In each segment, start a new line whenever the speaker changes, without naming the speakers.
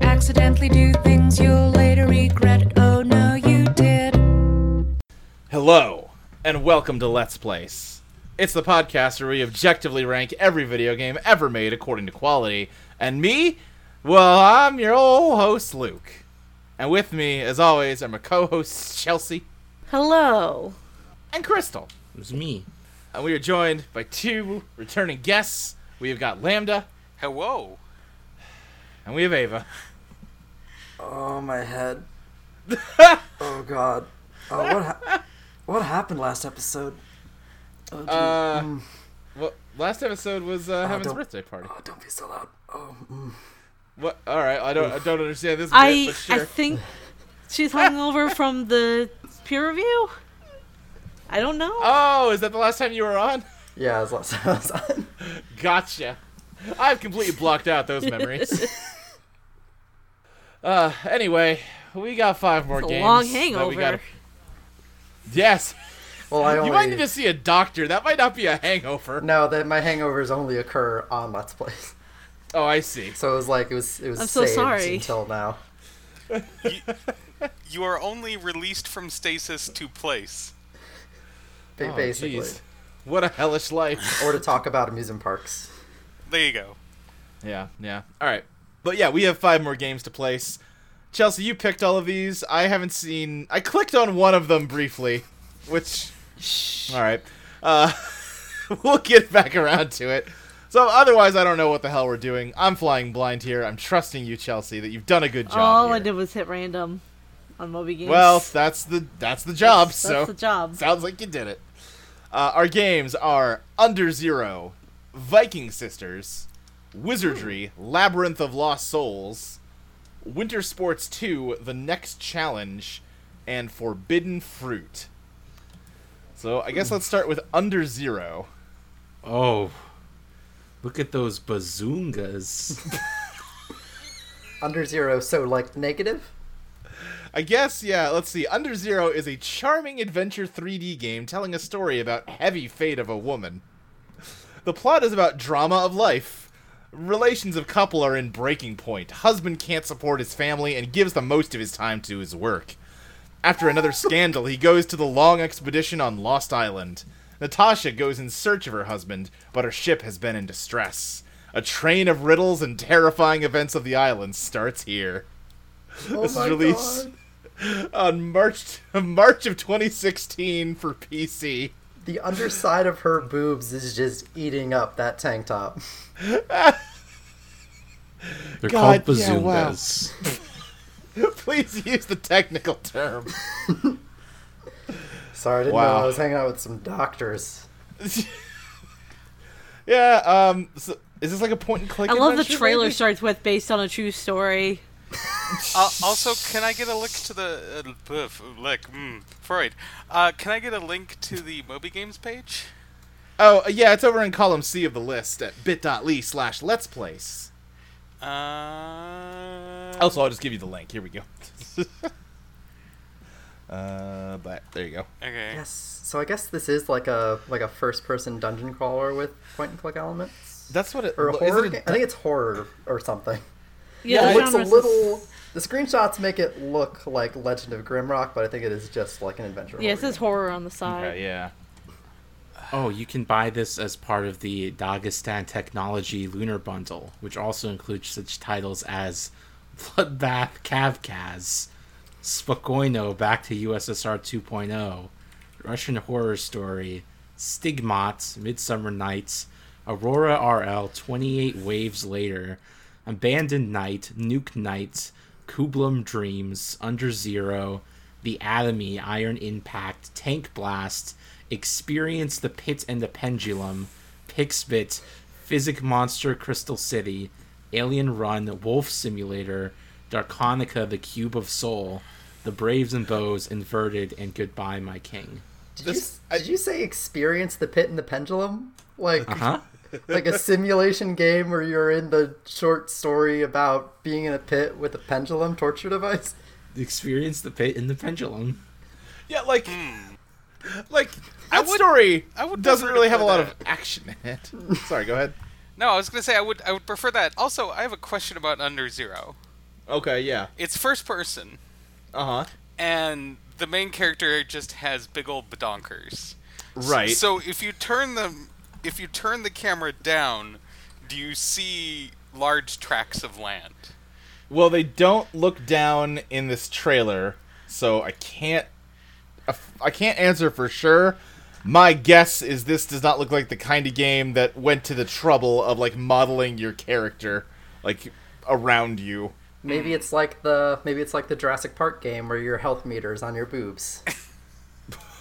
accidentally do things you'll later regret. Oh no, you did.
Hello, and welcome to Let's Place. It's the podcast where we objectively rank every video game ever made according to quality. And me? Well, I'm your old host, Luke. And with me, as always, are my co hosts, Chelsea
Hello.
and Crystal.
It was me.
And we are joined by two returning guests. We have got Lambda,
Hello.
and we have Ava.
Oh my head. oh god. Oh what ha- what happened last episode? Oh, gee.
Uh, well, last episode was uh, Heaven's
don't-
birthday party.
oh, don't be so loud. Oh, mm.
What? All right, I don't, I don't understand this. Bit,
I
but
I
sure.
think she's hungover from the peer review. I don't know.
oh, is that the last time you were on?
yeah, it was last I was on.
Gotcha. I've completely blocked out those memories. uh, anyway, we got five more
It's a
games.
long
that we
hangover.
gotta- Yes,
Well, I only
you might need to see a doctor. That might not be a hangover.
no that my hangovers only occur on Let's Plays.
Oh, I see.
So it was like it was it was
I'm so
saved
sorry.
until now.
You are only released from stasis to place.
Ba-
Oh,
basically,
jeez. What a hellish life.
or to talk about amusement parks.
There you go.
yeah, yeah. All right, but yeah, we have five more games to place. Chelsea, you picked all of these. I haven't seen. I clicked on one of them briefly, which All right. Uh, we'll get back around to it. So otherwise, I don't know what the hell we're doing. I'm flying blind here. I'm trusting you, Chelsea, that you've done a good job.
All I
here.
did was hit random on Moby Games.
Well, that's the that's the job.
That's-
so
that's the job.
Sounds like you did it. Uh, our games are Under Zero, Viking Sisters, Wizardry, Labyrinth of Lost Souls, Winter Sports 2, The Next Challenge, and Forbidden Fruit. So I guess let's start with Under Zero.
Oh. Look at those bazoongas.
Under zero, so like negative.
I guess, yeah, let's see. Under Zero is a charming adventure 3D game telling a story about heavy fate of a woman. The plot is about drama of life. Relations of couple are in breaking point. Husband can't support his family and gives the most of his time to his work. After another scandal, he goes to the long expedition on Lost Island. Natasha goes in search of her husband, but her ship has been in distress. A train of riddles and terrifying events of the island starts here
Oh
this
my
is released
god.
on March March of 2016 for PC.
The underside of her boobs is just eating up that tank top.
They're
God,
called
yeah, wow.
bazoongas.
Please use the technical term.
Sorry, I didn't know
Wow.
I was hanging out with some doctors.
yeah. Um. So is this like a point and click?
I love the
adventure,
trailer
maybe?
starts with based on a true story.
Uh, also, can I get a link to the uh, poof, lick? Mm, Freud. Uh, can I get a link to the Moby Games page?
Oh yeah, it's over in column C of the list at bit.ly slash Let's Place.
Uh,
Also, I'll just give you the link. Here we go. uh, but there you go.
okay.
Yes. So I guess this is like a like a first person dungeon crawler with point and click elements.
That's what it.
Or a
well, is
horror
it a-
game? I think it's horror or something.
Yeah, the
it looks a
genre's-
little the screenshots make it look like Legend of Grimrock, but I think it is just like an adventure.
Yeah, it says
horror
horror on the side.
Okay, yeah.
Oh, you can buy this as part of the Dagestan Technology Lunar Bundle, which also includes such titles as Bloodbath Kavkaz, Spokoino Back to USSR 2.0, oh, Russian Horror Story, Stigmat, Midsummer Nights, Aurora RL 28 Waves Later, Abandoned Night, Nuke Night, Kublum Dreams, Under Zero, The Atomy, Iron Impact, Tank Blast, Experience the Pit and the Pendulum, Pixbit, Physic Monster Crystal City, Alien Run, Wolf Simulator, Darkonica, The Cube of Soul, The Braves and Bows, Inverted, and Goodbye, My King.
Did, you,
This-
s- did you say experience the pit and the pendulum? Like
Huh?
like a simulation game where you're in the short story about being in a pit with a pendulum torture device?
Experience the Pit and the Pendulum.
Yeah, like,
Hmm.
like
I
that
would-
story
I would
doesn't
prefer to
really have a
play
lot
that.
of action in it. Sorry, go ahead.
No, I was gonna say I would I would prefer that. Also, I have a question about Under Zero.
Okay, yeah.
It's first person,
uh-huh.
Uh huh.
and the main character just has big old badonkers.
Right.
So if you turn them, if you turn the camera down, do you see large tracts of land?
Well, they don't look down in this trailer, so I can't. uh, I can't answer for sure. My guess is this does not look like the kind of game that went to the trouble of like modeling your character like around you.
Hmm.
Maybe it's like the maybe it's like the Jurassic Park game where your health meter is on your boobs.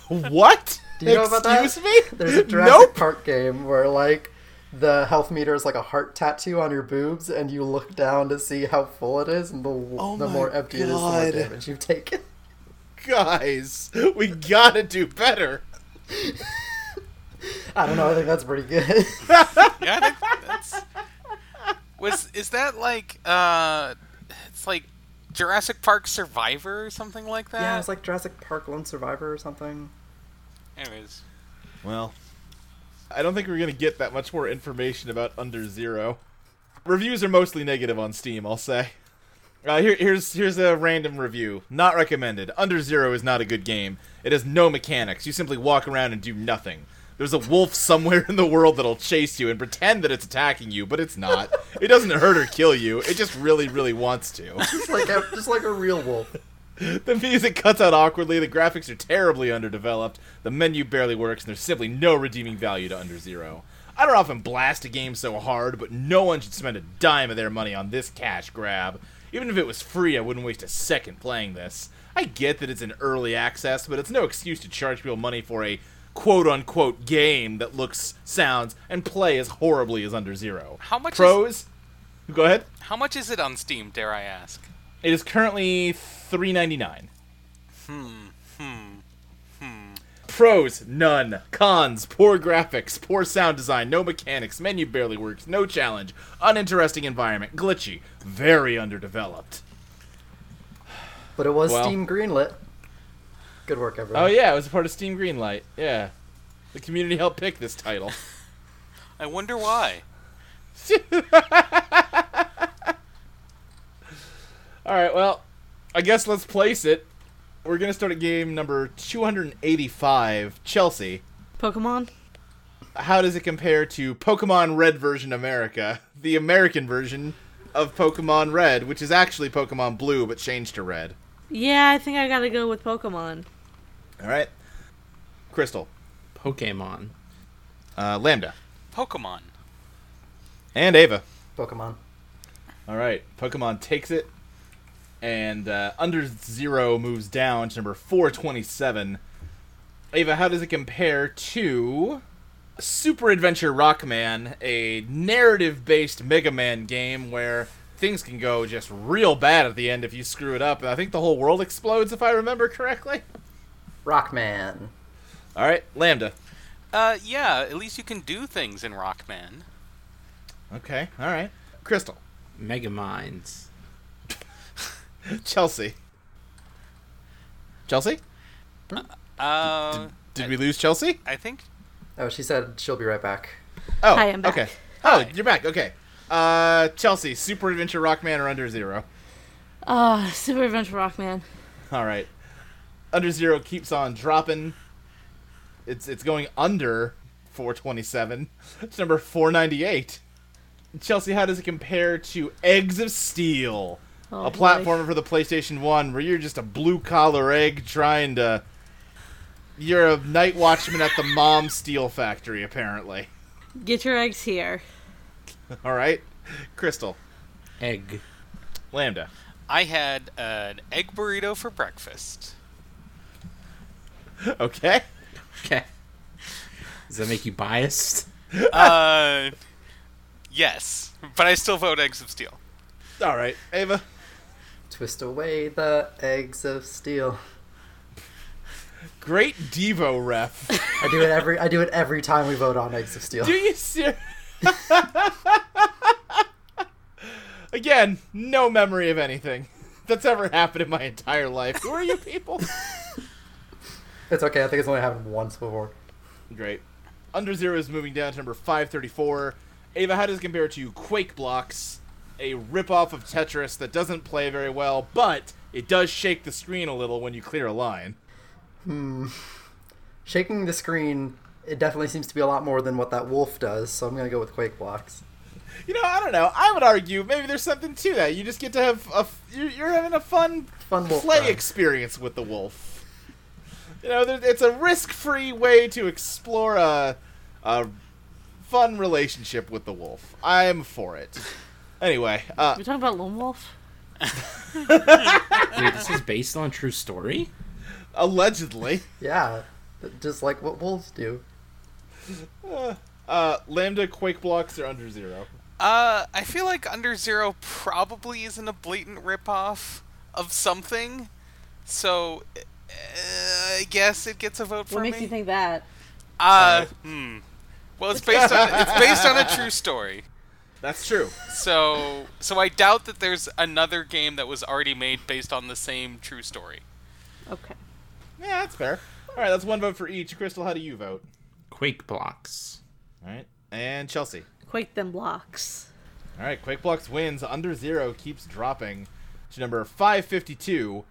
What?
Do you know about that?
Excuse me?
There's a Jurassic
nope.
Park game where like the health meter is like a heart tattoo on your boobs, and you look down to see how full it is, and the, the
Oh my
more empty it is, the
God.
more damage you've taken.
Guys, we gotta do better.
I don't know. I think that's pretty good.
Yeah, I think that's was is that like uh, it's like Jurassic Park Survivor or something like that.
yeah, it's like Jurassic Park Lone Survivor or something.
Anyways,
Well, I don't think we're going to get that much more information about Under Zero. Reviews are mostly negative on Steam, I'll say. Uh, here, here's here's a random review. Not recommended. Under Zero is not a good game. It has no mechanics. You simply walk around and do nothing. There's a wolf somewhere in the world that'll chase you and pretend that it's attacking you, but it's not. It doesn't hurt or kill you. It just really, really wants to.
Just like a, just like a real wolf.
The music cuts out awkwardly, the graphics are terribly underdeveloped, the menu barely works, and there's simply no redeeming value to Under Zero. I don't often blast a game so hard, but no one should spend a dime of their money on this cash grab. Even if it was free, I wouldn't waste a second playing this. I get that it's an early access, but it's no excuse to charge people money for a quote unquote game that looks, sounds, and play as horribly as Under Zero.
How much is-
Pros? Go ahead.
how much is it on Steam? Dare I ask?
It is currently three ninety nine. Pros, none. Cons, poor graphics, poor sound design, no mechanics, menu barely works, no challenge, uninteresting environment, glitchy, very underdeveloped.
But it was
Well.
Steam greenlit. Good work, everyone.
Oh, yeah, it was a part of Steam Greenlight. Yeah. The community helped pick this title.
I wonder why.
All right, well, I guess let's place it. We're going to start at game number 285, Chelsea.
Pokemon.
how does it compare to Pokemon Red version America, the American version of Pokemon Red, which is actually Pokemon Blue but changed to Red?
Yeah, I think I gotta go with Pokemon.
All right, Crystal,
Pokemon.
uh, Lambda,
Pokemon.
and Ava.
Pokemon.
All right, Pokemon takes it, and uh, Under Zero moves down to number 427. Ava, how does it compare to Super Adventure Rockman, a narrative based Mega Man game where things can go just real bad at the end if you screw it up? And I think the whole world explodes, if I remember correctly.
Rockman.
All right, Lambda.
Uh, yeah. At least you can do things in Rockman.
Okay, all right. Crystal,
Mega Minds.
Chelsea. Chelsea?
Uh,
Did we lose Chelsea?
I think
Oh, she said she'll be right back.
Oh,
Hi, I'm back.
Okay. Oh, you're back. Okay. Uh, Chelsea, Super Adventure Rockman or Under Zero?
Ah, Super Adventure Rockman.
All right. Under Zero keeps on dropping. It's it's going under 427. It's number 498. Chelsea, how does it compare to Eggs of Steel?
Oh,
a
boy.
platformer for the PlayStation 1 where you're just a blue collar egg trying to. You're a night watchman at the mom steel factory, apparently.
Get your eggs here.
All right? Crystal,
Egg.
Lambda.
I had an egg burrito for breakfast.
Okay.
Okay. Does that make you biased?
Uh, yes, but I still vote Eggs of Steel.
All right, Ava.
Twist away the eggs of steel.
Great Devo ref.
I do it every I do it every time we vote on eggs of steel.
Do you ser- Again, no memory of anything that's ever happened in my entire life. Who are you people?
It's okay. I think it's only happened once before.
Great. Under Zero is moving down to number 534. Ava, how does it compare to Quake Blocks, a ripoff of Tetris that doesn't play very well, but it does shake the screen a little when you clear a line.
Shaking the screen, it definitely seems to be a lot more than what that wolf does, so I'm gonna go with Quake Blocks.
You know, I don't know. I would argue maybe there's something to that. You just get to have a f- you're, you're having a fun,
Fun wolf
play
ride.
experience with the wolf. You know, there, it's a risk-free way to explore a a fun relationship with the wolf. I'm for it. Anyway, uh,
We're talking about Lone Wolf?
Wait, this is based on a true story?
allegedly.
Yeah, just like what wolves do.
Uh, lambda quake blocks are under zero.
Uh, I feel like Under Zero probably isn't a blatant ripoff of something, so uh, I guess it gets a vote for
What
me.
makes you think that?
uh, hmm. Well, it's based on it's based on a true story,
That's true.
so so I doubt that there's another game that was already made based on the same true story.
Okay.
Yeah, that's fair. All right, that's one vote for each. Crystal, how do you vote?
Quake Blocks.
All right, and Chelsea.
Quake them blocks.
All right, QuakeBlocks wins. Under zero keeps dropping to number 552.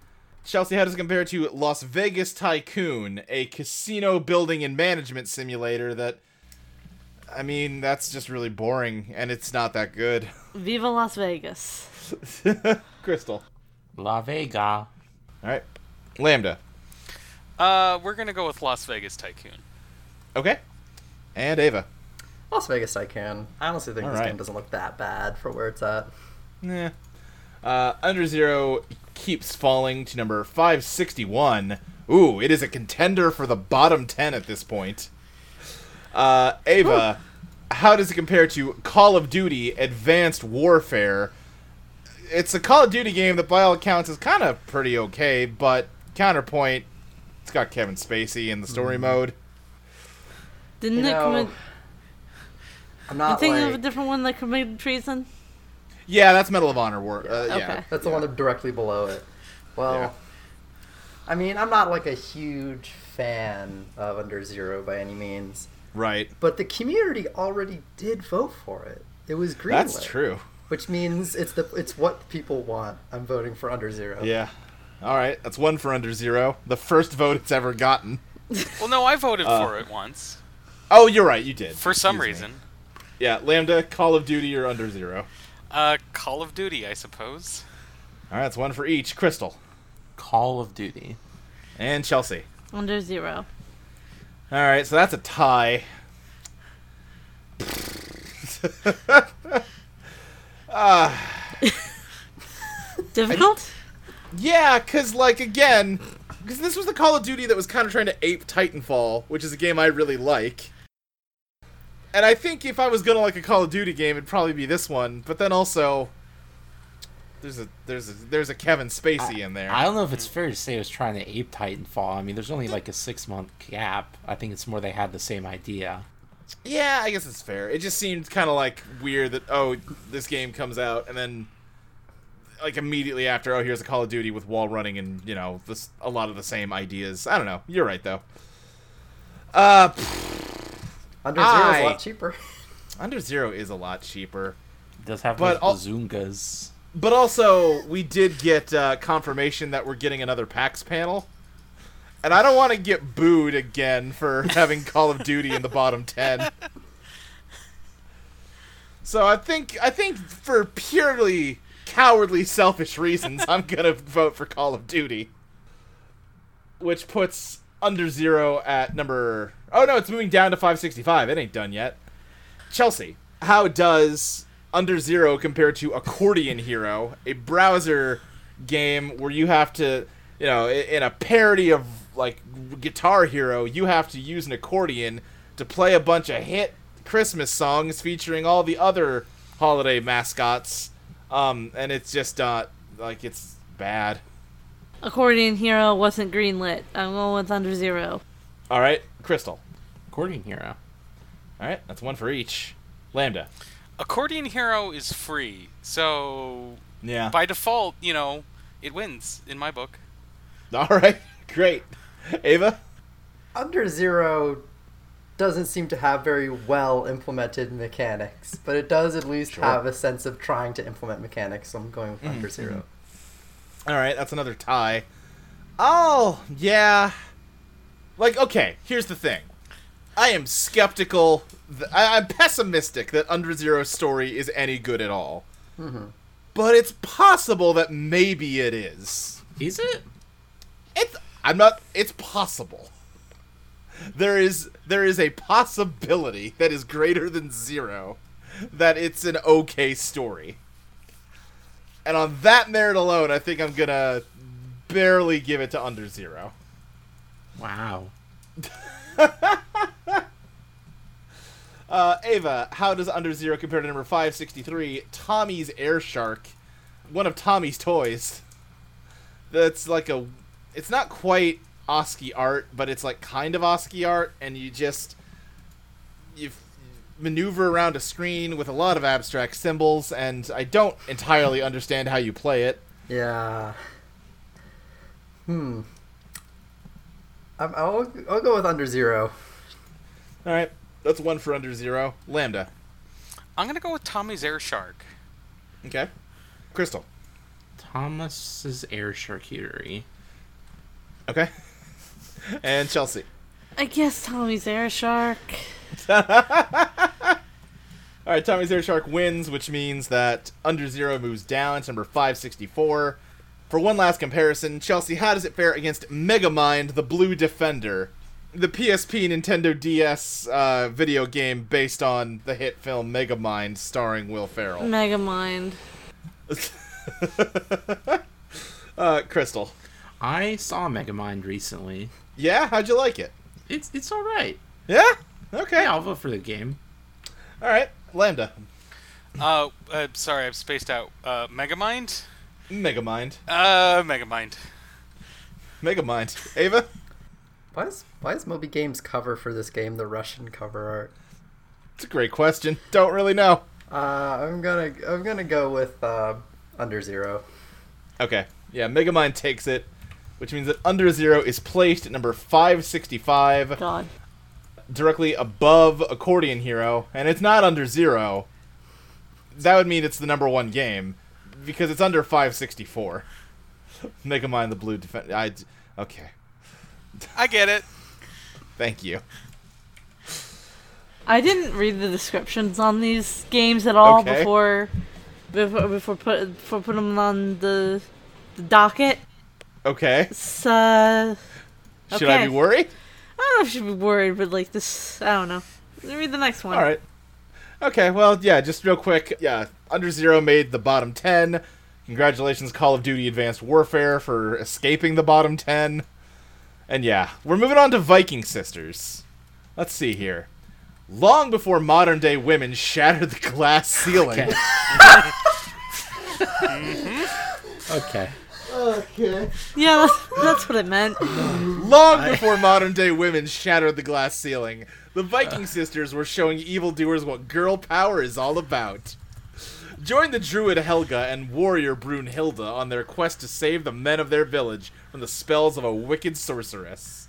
Chelsea, how does it compare to Las Vegas Tycoon, a casino building and management simulator that. I mean, that's just really boring, and it's not that good.
Viva Las Vegas.
Crystal.
La Vega.
All right. Lambda.
Uh, we're gonna go with Las Vegas Tycoon.
Okay. And Ava.
Las Vegas, I can. I honestly think this
Alright.
game doesn't look that bad for where it's at.
Nah. Uh, Under Zero keeps falling to number 561. Ooh, it is a contender for the bottom 10 at this point. Uh, Ava, how does it compare to Call of Duty Advanced Warfare? It's a Call of Duty game that, by all accounts, is kind of pretty okay, but counterpoint, it's got Kevin Spacey in the story mode.
Didn't
You
it
know,
commit?
I'm
You
not
thinking
like
of a different one that committed treason?
Yeah, that's Medal of Honor War. Uh,
Okay.
Yeah. Oh.
that's the one directly below it. Well,
Yeah.
I mean, I'm not like a huge fan of Under Zero by any means,
Right.
but the community already did vote for it. It was greenlit.
That's true.
Which means it's the it's what people want. I'm voting for Under Zero.
Yeah. All right, that's one for under zero. The first vote it's ever gotten.
Well, no, I voted for it once
Oh, you're right, you did.
for some
Uh, Excuse me.
reason.
Yeah, Lambda, Call of Duty, or under zero.
Uh, Call of Duty, I suppose.
All right, that's one for each. Crystal
Call of Duty.
and Chelsea.
Under zero.
All right, so that's a tie.
Difficult?
Yeah, because, like, again, because this was the Call of Duty that was kind of trying to ape Titanfall, which is a game I really like. And I think if I was gonna like a Call of Duty game, it'd probably be this one. But then also, there's a there's a there's a Kevin Spacey in there.
I don't know if it's fair to say it was trying to ape Titanfall. I mean, there's only like a six month gap. I think it's more they had the same idea.
Yeah, I guess it's fair. It just seemed kind of like weird that oh, this game comes out and then like immediately after oh, here's a Call of Duty with wall running and you know this a lot of the same ideas. I don't know. You're right though. Uh, pff,
Under Zero is
I-
a lot cheaper.
Under Zero is a lot cheaper,
It does have
But
those
al-
bazungas.
but also we did get uh, confirmation that we're getting another PAX panel. And I don't want to get booed again for having Call of Duty in the bottom ten. So I think I think for purely cowardly, selfish reasons, I'm gonna vote for Call of Duty, which puts Under Zero at number. Oh no, it's moving down to 565. It ain't done yet. Chelsea, how does Under Zero compare to Accordion Hero, a browser game where you have to, you know, i- in a parody of like Guitar Hero, you have to use an accordion to play a bunch of hit Christmas songs featuring all the other holiday mascots. Um, and it's just not like it's bad.
Accordion Hero wasn't greenlit. I'm going with under zero.
All right, Crystal.
Accordion Hero.
All right, that's one for each. Lambda.
Accordion Hero is free, so
Yeah.
by default, you know, it wins in my book.
All right, great. Ava.
Under Zero doesn't seem to have very well implemented mechanics, but it does at least
Sure. Mm-hmm.
have a sense of trying to implement mechanics. So I'm going with Under Zero.
All right, that's another tie. Oh, yeah. Like, okay, here's the thing. I am skeptical. Th- I- I'm pessimistic that Under Zero's story is any good at all. But it's possible that maybe it is.
Is it?
It's. I'm not. It's possible. There is. There is a possibility that is greater than zero, that it's an okay story. And on that merit alone, I think I'm gonna barely give it to under zero.
Wow.
Uh, Ava, how does Under Zero compare to number 563, Tommy's Air Shark, one of Tommy's toys? That's like a. It's not quite OSCE art, but it's like kind of OSCE art, and you just. You f- maneuver around a screen with a lot of abstract symbols, and I don't entirely understand how you play it.
Yeah. Hmm. I'm, I'll I'll go with Under Zero.
Alright, that's one for Under Zero. Lambda.
I'm gonna go with Tommy's Air Shark.
Okay. Crystal.
Thomas's air charcuterie.
Okay. and Chelsea.
I guess Tommy's air shark.
All right, Tommy's Air Shark wins, which means that Under Zero moves down to number 564. For one last comparison, Chelsea, how does it fare against Megamind, the Blue Defender, the PSP Nintendo DS uh, video game based on the hit film Megamind starring Will Ferrell?
Megamind.
uh, Crystal.
I saw Megamind recently.
Yeah, how'd you like it?
It's it's all right.
Yeah? Okay.
Yeah, I'll vote for the game.
All right, Lambda.
Uh, uh sorry, I've spaced out. Uh, Megamind.
Megamind.
Uh, Megamind.
Megamind. Ava?
Why is why is Moby Games cover for this game the Russian cover art?
It's a great question. Don't really know.
Uh, I'm gonna I'm gonna go with uh, Under Zero.
Okay. Yeah, Megamind takes it, which means that Under Zero is placed at number 565,
God.
directly above Accordion Hero, and it's not Under Zero. That would mean it's the number one game, because it's under 564. Megamind the Blue Defender. I. Okay.
I get it.
Thank you.
I didn't read the descriptions on these games at all
Okay.
before, before before put before put them on the, the docket.
Okay.
So I
Should I
Okay.
be worried?
don't know if you should be worried, but like this, I don't know. Read the next one.
All right. Okay, well, yeah, just real quick. Yeah, Under Zero made the bottom 10. Congratulations, Call of Duty Advanced Warfare, for escaping the bottom 10. And yeah, we're moving on to Viking Sisters. Let's see here. Long before modern day women shattered the glass ceiling.
Okay. okay.
Okay.
Yeah, that's, that's what it meant.
Long before modern day women shattered the glass ceiling, the Viking sisters were showing evildoers what girl power is all about. Join the druid Helga and warrior Brunhilda on their quest to save the men of their village from the spells of a wicked sorceress.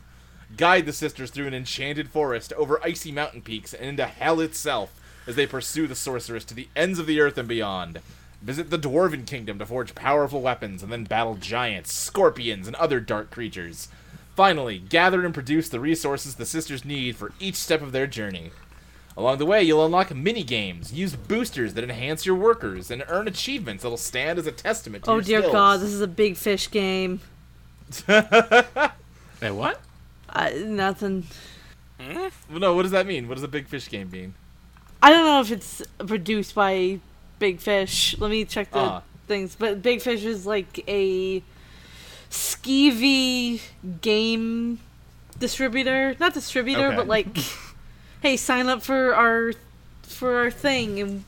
Guide the sisters through an enchanted forest, over icy mountain peaks, and into hell itself as they pursue the sorceress to the ends of the earth and beyond. Visit the Dwarven Kingdom to forge powerful weapons and then battle giants, scorpions, and other dark creatures. Finally, gather and produce the resources the sisters need for each step of their journey. Along the way, you'll unlock mini games, use boosters that enhance your workers, and earn achievements that'll stand as a testament to
Oh
your
dear
skills.
God, this is a big fish game.
Wait, what?
I, nothing.
Well, no, what does that mean? What does a big fish game mean?
I don't know if it's produced by Big Fish. Let me check the
Ah.
things. But Big Fish is like a skeevy game distributor. Not distributor,
Okay.
but like hey, sign up for our for our thing and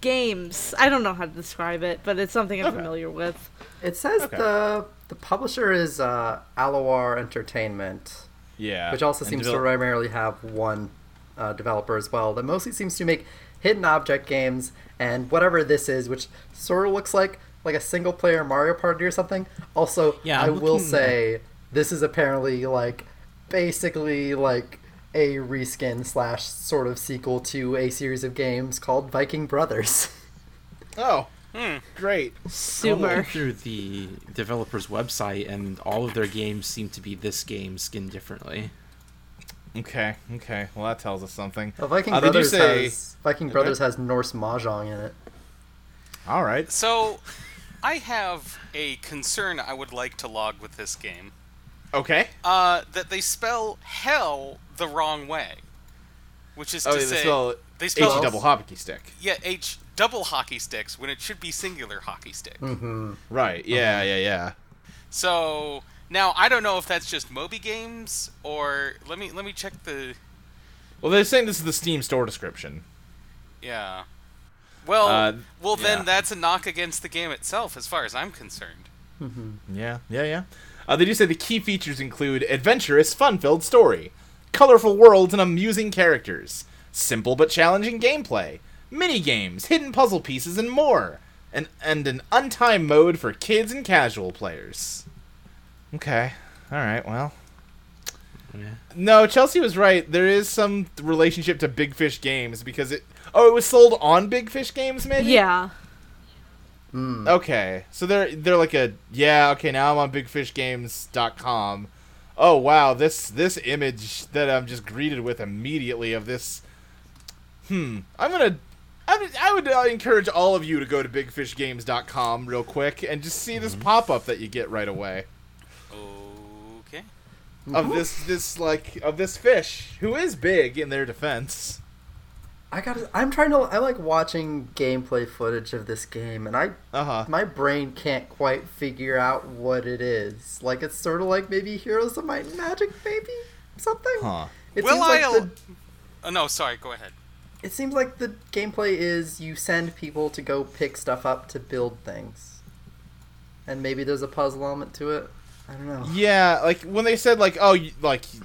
games. I don't know how to describe it, but it's something I'm
Okay.
familiar with.
It says
Okay.
the the publisher is uh, Alawar Entertainment,
Yeah.
which also
and
seems to
develop-
primarily have one uh, developer as well. That mostly seems to make hidden object games and whatever this is, which sort of looks like like a single player Mario Party or something. Also,
Yeah,
I
I'm
will
looking at-
say this is apparently like basically like a reskin slash sort of sequel to a series of games called Viking Brothers.
Oh,
Hmm.
great.
I'm looking
Super.
through the developer's website, and all of their games seem to be this game skinned differently.
Okay, okay. Well, that tells us something.
Uh, Viking
Uh, did you
Brothers
say-
has Viking Brothers has Norse mahjong in it.
All right.
So, I have a concern I would like to log with this game.
Okay.
Uh, that they spell hell the wrong way, which is
Oh,
to
they
say
spell
they
H E
spell
double hockey stick.
yeah H double hockey sticks when it should be singular hockey stick.
Right. Yeah, yeah, yeah.
So now I don't know if that's just Moby Games or let me let me check the
Well, they're saying this is the Steam store description.
yeah. Well,
Uh,
well
yeah.
then that's a knock against the game itself, as far as I'm concerned.
Yeah, yeah, yeah. Uh, they do say the key features include adventurous, fun-filled story, colorful worlds and amusing characters, simple but challenging gameplay, mini games, hidden puzzle pieces, and more, and and an untimed mode for kids and casual players. Okay. All right. Well.
Yeah.
No, Chelsea was right. There is some relationship to Big Fish Games because it. Oh, it was sold on Big Fish Games, maybe.
Yeah.
Okay, so they're they're like a yeah. Okay, now I'm on BigFishGames.com. Oh wow, this this image that I'm just greeted with immediately of this. Hmm. I'm gonna. I would, I would uh, encourage all of you to go to BigFishGames.com real quick and just see this pop up that you get right away
Okay.
of this this like of this fish who is big in their defense.
I got. to I'm trying to. I like watching gameplay footage of this game, and I
Uh huh.
my brain can't quite figure out what it is. Like it's sort of like maybe Heroes of Might and Magic, maybe something.
Huh.
It
Will
seems like
I? al-
the,
oh, no, sorry. Go ahead.
it seems like the gameplay is you send people to go pick stuff up to build things, and maybe there's a puzzle element to it. I don't know.
Yeah, like when they said like oh you, like you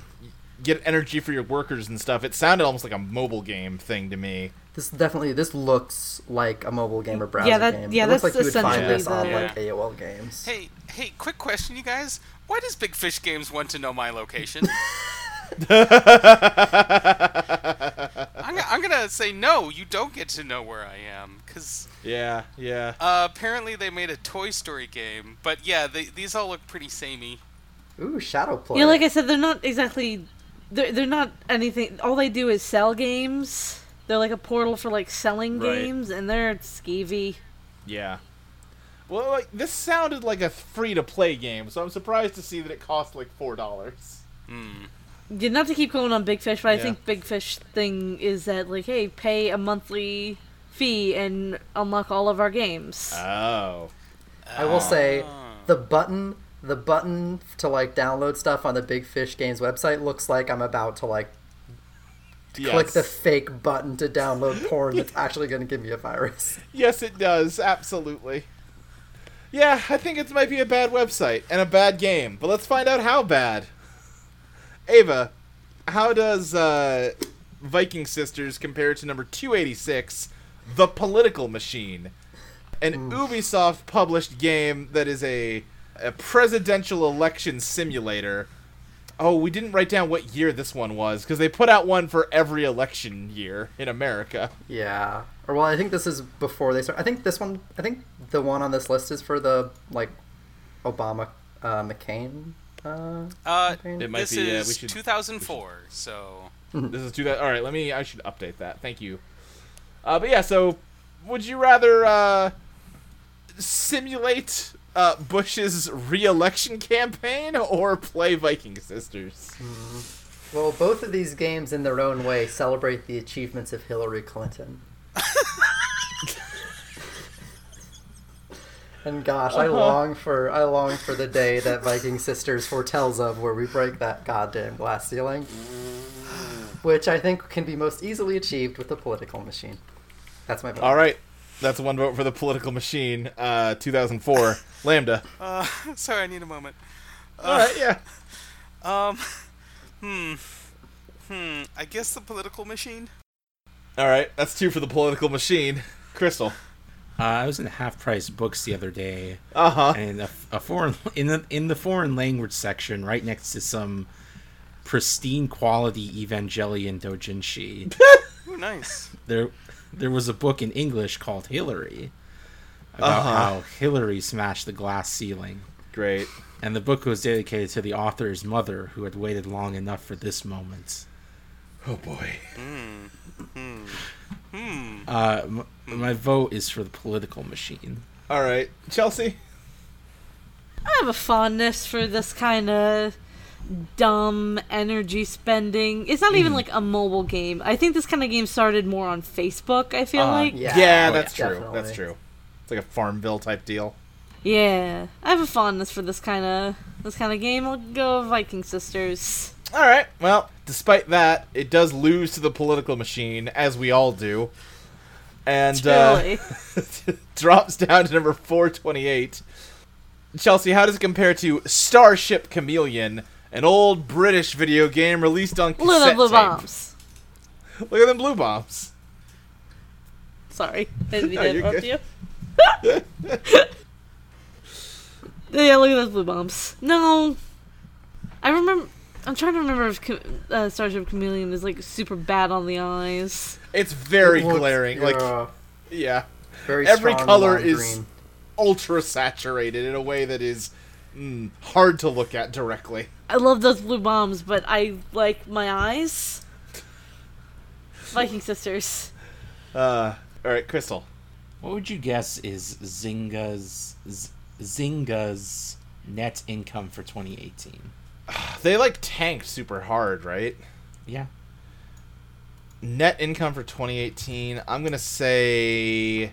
get energy for your workers and stuff, it sounded almost like a mobile game thing to me.
This definitely this looks like a mobile game or browser
that-
game.
yeah,
it looks
that's
like you would find
essentially
this on
the-
like AOL games.
Hey, hey, quick question, you guys. Why does Big Fish Games want to know my location? I'm, go- I'm gonna say no. You don't get to know where I am, because
Yeah, yeah.
uh, apparently they made a Toy Story game. But yeah, they, these all look pretty samey.
Ooh, Shadow Play.
Yeah, like I said, they're not exactly. They're, they're not anything. All they do is sell games. They're like a portal for like selling
Right.
games, and they're skeevy.
Yeah. Well, like this sounded like a free-to-play game, so I'm surprised to see that it cost like four dollars.
Yeah, not to keep going on Big Fish, but I
Yeah.
think Big Fish thing is that like, hey, pay a monthly fee and unlock all of our games.
Oh.
I will say the button the button to like download stuff on the Big Fish Games website looks like I'm about to like
Yes.
click the fake button to download porn that's actually going to give me a virus.
yes, it does. Absolutely. Yeah, I think it might be a bad website and a bad game, but let's find out how bad. Ava, how does uh, Viking Sisters compare to number 286, The Political Machine, an Ubisoft published game that is a, a presidential election simulator? Oh, we didn't write down what year this one was because they put out one for every election year in America.
Yeah. Or well, I think this is before they start. I think this one. I think the one on this list is for the like Obama uh, McCain. Uh,
Uh,
It might
this
be, uh,
is
we should-
2004, so
This is too that. All right, let me. I should update that. Thank you. Uh, but yeah, so would you rather uh, simulate uh, Bush's re-election campaign or play Viking Sisters?
well, both of these games, in their own way, celebrate the achievements of Hillary Clinton. and gosh, I long for I long for the day that Viking Sisters foretells of, where we break that goddamn glass ceiling, which I think can be most easily achieved with the political machine. That's my vote.
All right, that's one vote for the political machine. Uh, 2004 Lambda.
uh, sorry, I need a moment.
All right, yeah.
Um, hmm, hmm. I guess the political machine.
All right, that's two for the political machine. Crystal.
Uh, I was in Half Price Books the other day,
Uh huh.
and a, a foreign in the in the foreign language section, right next to some pristine quality Evangelion doujinshi.
Ooh, nice.
there there was a book in English called Hillary about
Uh-huh.
how Hillary smashed the glass ceiling.
Great.
And the book was dedicated to the author's mother who had waited long enough for this moment.
Oh boy.
Uh, m- my vote is for the political machine.
All right, Chelsea.
I have a fondness for this kind of dumb energy spending. It's not
Mm.
even like a mobile game. I think this kind of game started more on Facebook, I feel
Uh,
like.
Yeah.
yeah,
Oh,
that's
yeah.
true.
Definitely.
That's true. It's like a Farmville type deal.
Yeah. I have a fondness for this kind of this kind of game. I'll go Viking Sisters.
All right. Well, despite that, it does lose to the political machine, as we all do, and uh,
Really.
drops down to number four twenty-eight. Chelsea, how does it compare to Starship Chameleon, an old British video game released on
Little
cassette
Blue
tape?
Bombs.
Look at them blue bombs.
Sorry. Didn't mean
No,
to
you're
interrupt
good.
you. yeah, look at those blue bombs. No. I remember. I'm trying to remember if Chame- uh, Starship Chameleon is like super bad on the eyes.
It's very
It looks-
glaring. Like,
yeah,
yeah,
very
every
strong
color
lime
is-
green.
ultra saturated in a way that is mm, hard to look at directly.
I love those blue bombs, but I like my eyes. Viking sisters.
Uh, all right, Crystal.
What would you guess is Zynga's Z- Zynga's net income for 2018?
They like tanked super hard, right?
Yeah.
Net income for 2018. I'm gonna say,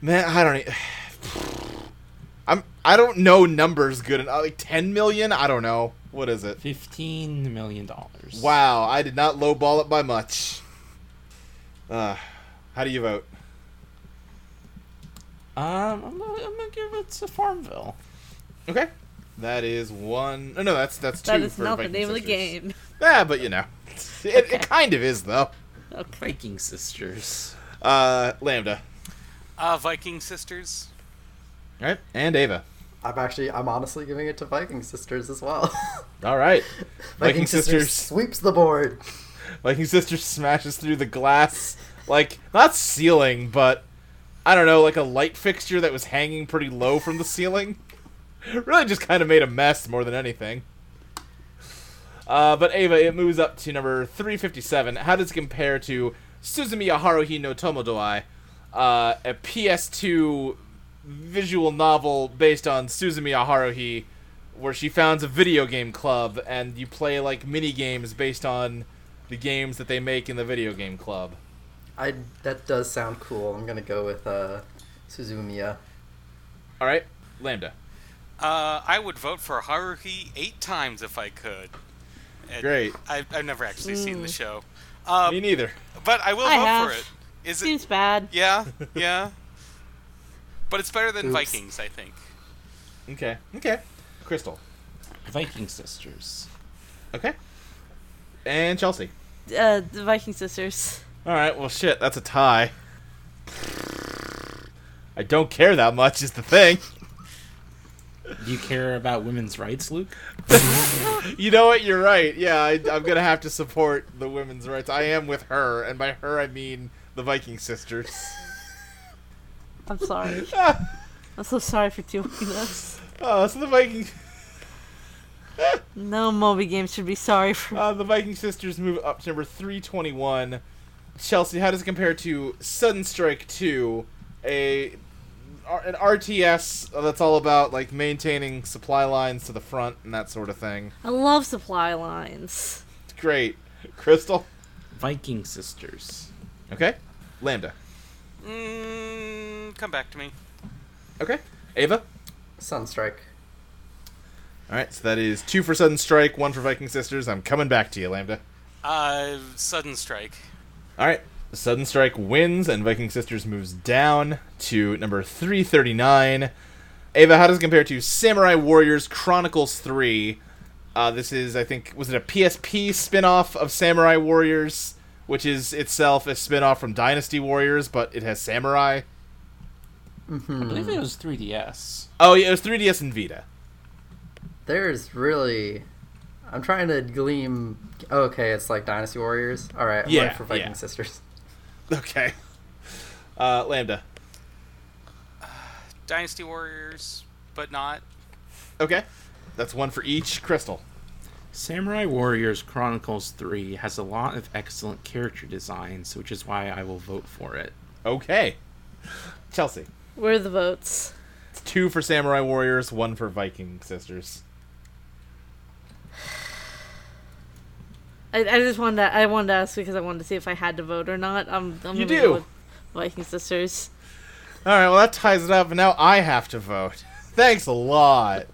man, I don't. e- I'm I don't know numbers good enough. Like 10 million. I don't know. What is it?
15 million dollars.
Wow, I did not lowball it by much. Uh, how do you vote?
Um I'm gonna, I'm gonna give it to Farmville.
Okay. That is one. Oh, no, that's that's two.
That is
for
not the
Viking
name of the
Sisters.
game.
Yeah, but you know, it, it kind of is though.
Okay.
Viking Sisters.
Uh, Lambda,
Uh, Viking sisters.
All right, and Ava.
I'm actually, I'm honestly giving it to Viking Sisters as well.
All right, Viking Sisters.
sweeps the board.
Viking Sisters smashes through the glass, like not ceiling, but I don't know, like a light fixture that was hanging pretty low from the ceiling. really, just kind of made a mess more than anything. Uh, but Ava, it moves up to number 357. How does it compare to Suzumiya Haruhi no Tomodoai, uh, a PS2 visual novel based on Suzumiya Haruhi, where she founds a video game club and you play like mini games based on the games that they make in the video game club?
I that does sound cool. I'm gonna go with uh, Suzumiya.
All right, Lambda.
Uh, I would vote for Haruhi eight times if I could. And
Great.
I, I've never actually seen the show, uh,
Me neither.
but I will
Hmm. I
vote
have.
for it. Is it?
Seems bad.
Yeah, yeah. But it's better than
Oops.
Vikings, I think.
Okay. Okay. Crystal.
Viking Sisters.
Okay. And Chelsea.
Uh, the Viking sisters.
All right. Well, shit. That's a tie. I don't care that much. Is the thing.
Do you care about women's rights, Luke?
You know what? You're right. Yeah, I, I'm gonna have to support the women's rights. I am with her, and by her I mean the Viking sisters.
I'm sorry. I'm so sorry for doing this.
Oh, so the Viking,
No Moby game should be sorry for.
uh, the Viking sisters move up to number 321. Chelsea, how does it compare to Sudden Strike 2, a an RTS that's all about like maintaining supply lines to the front and that sort of thing?
I love supply lines.
It's great, Crystal.
Viking Sisters.
Okay, Lambda.
Mm, come back to me.
Okay, Ava.
Sunstrike.
All right, so that is two for Sudden Strike, one for Viking Sisters. I'm coming back to you, Lambda.
Uh, sudden strike.
All right, Sudden Strike wins, and Viking Sisters moves down to number 339. Ava, how does it compare to Samurai Warriors Chronicles 3? Uh, this is, I think, was it a PSP spin off of Samurai Warriors, which is itself a spin off from Dynasty Warriors, but it has Samurai?
I believe it was 3DS.
Oh, yeah, it was 3DS and Vita.
There's really I'm trying to gleam. Oh, okay, it's like Dynasty Warriors. All right, I'm
Yeah,
going for Viking
yeah.
Sisters.
Okay. Uh, Lambda.
Dynasty Warriors, but not.
Okay. That's one for each crystal.
Samurai Warriors Chronicles 3 has a lot of excellent character designs, which is why I will vote for it.
Okay. Chelsea.
Where are the votes?
It's two for Samurai Warriors, one for Viking Sisters.
I, I just wanted to, I wanted to ask because I wanted to see if I had to vote or not. I'm, I'm
You
gonna
do.
Go with Viking Sisters.
All right, well, that ties it up, and now I have to vote. Thanks a lot.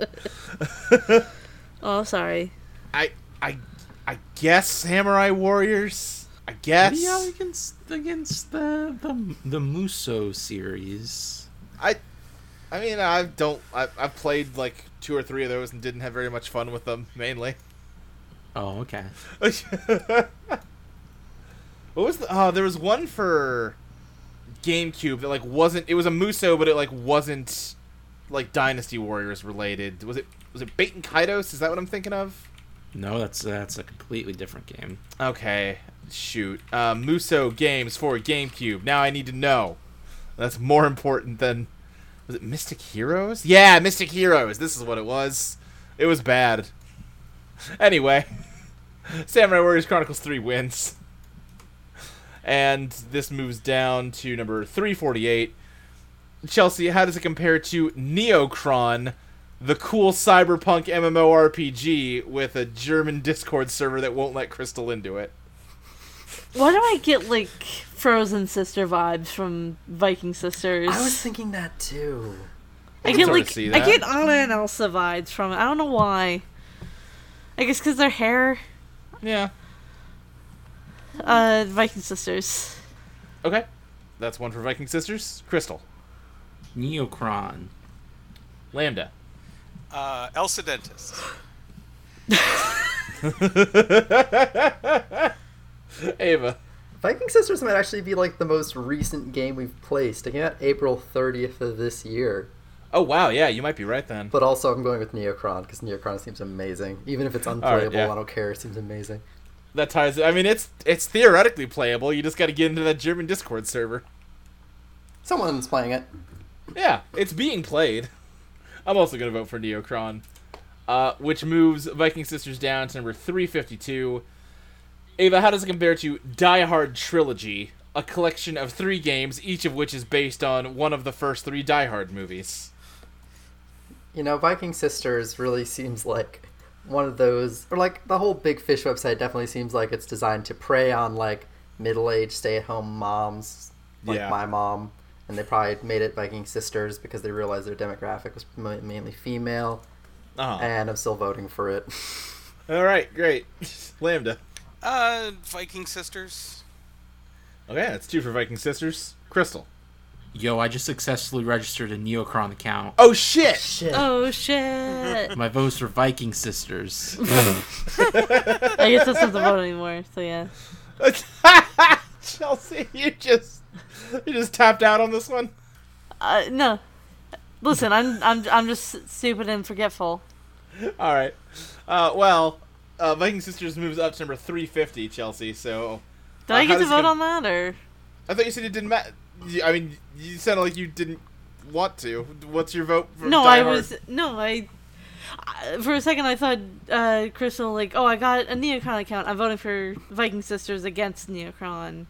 Oh, sorry.
I, I, I guess Samurai Warriors. I guess.
Yeah, against against the the the Muso series.
I, I mean, I don't. I, I played like two or three of those and didn't have very much fun with them, mainly.
Oh, okay.
what was the? Oh, there was one for GameCube that like wasn't. It was a Muso, but it like wasn't like Dynasty Warriors related. Was it? Was it Bait and Kaidos? Is that what I'm thinking of?
No, that's that's a completely different game.
Okay, shoot. Uh, Muso games for GameCube. Now I need to know. That's more important than. Was it Mystic Heroes? Yeah, Mystic Heroes. This is what it was. It was bad. Anyway, Samurai Warriors Chronicles 3 wins. And this moves down to number 348. Chelsea, how does it compare to Neocron, the cool cyberpunk MMORPG with a German Discord server that won't let Crystal into it?
Why do I get like Frozen Sister vibes from Viking Sisters?
I was thinking that too.
I
can
get
sorta
like
see
I
that.
get Anna and Elsa vibes from it. I don't know why. I guess because their hair,
Yeah.
uh, Viking Sisters.
Okay. That's one for Viking Sisters. Crystal.
Neocron.
Lambda.
Uh, Elsa Dentist.
Ava.
Viking Sisters might actually be like the most recent game we've placed. It came out April 30th of this year.
Oh, wow. Yeah, you might be right then.
But also, I'm going with Neocron because Neocron seems amazing. Even if it's unplayable,
yeah.
I don't care. It seems amazing.
That ties it. I mean, it's it's theoretically playable. You just got to get into that German Discord server.
Someone's playing it.
Yeah, it's being played. I'm also going to vote for Neocron, uh, which moves Viking Sisters down to number 352. Ava, how does it compare to Die Hard Trilogy, a collection of three games, each of which is based on one of the first three Die Hard movies?
You know, Viking Sisters really seems like one of those, or like the whole Big Fish website definitely seems like it's designed to prey on like middle aged stay at home moms, like
Yeah.
my mom. And they probably made it Viking Sisters because they realized their demographic was ma- mainly female.
Uh-huh.
And I'm still voting for it.
All right, great. Lambda.
Uh, Viking Sisters.
Okay, that's two for Viking Sisters. Crystal.
Yo, I just successfully registered a Neocron account.
Oh, shit!
Shit.
Oh shit!
My votes are Viking Sisters.
I guess that's not the vote anymore. So yeah.
Chelsea, you just you just tapped out on this one.
Uh, no. Listen, I'm I'm I'm just stupid and forgetful.
All right. Uh, well, uh, Viking Sisters moves up to number 350, Chelsea. So
Did
Uh,
I
how
get to
does it
vote
com-
on that or?
I thought you said it didn't matter. I mean, you sounded like you didn't want to. What's your vote? For
No,
Die
I
Hard?
was no, I. I- For a second, I thought uh, Crystal like, oh, I got a Neocron account. I'm voting for Viking Sisters against Neocron.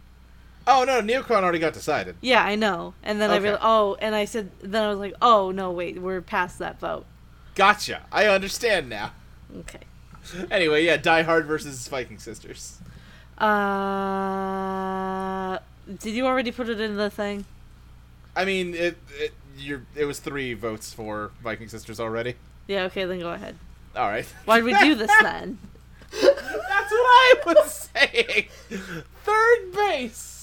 Oh no, Neocron already got decided.
Yeah, I know. And then I
Okay.
realized, oh, and I said, then I was like, oh no, wait, we're past that vote.
Gotcha. I understand now.
Okay.
Anyway, yeah, Die Hard versus Viking Sisters.
Uh, did you already put it in the thing?
I mean, it it you're, it was three votes for Viking Sisters already.
Yeah. Okay, then go ahead.
All right.
Why'd we do this then?
That's what I was saying. Third base.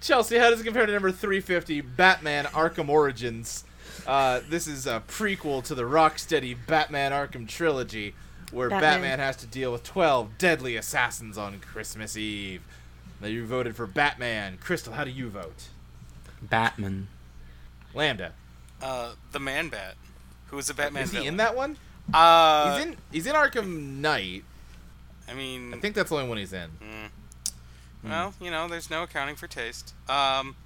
Chelsea, how does it compare to number 350, Batman Arkham Origins? Uh, this is a prequel to the Rocksteady Batman Arkham trilogy, where
Batman.
Batman. has to deal with 12 deadly assassins on Christmas Eve. Now you voted for Batman. Crystal, how do you vote?
Batman.
Lambda.
Uh, the Man Bat, who is a Batman
Is he
villain.
in that one?
Uh,
He's in he's in Arkham Knight.
I mean,
I think that's the only one he's in.
Mm. well, you know, there's no accounting for taste. Um,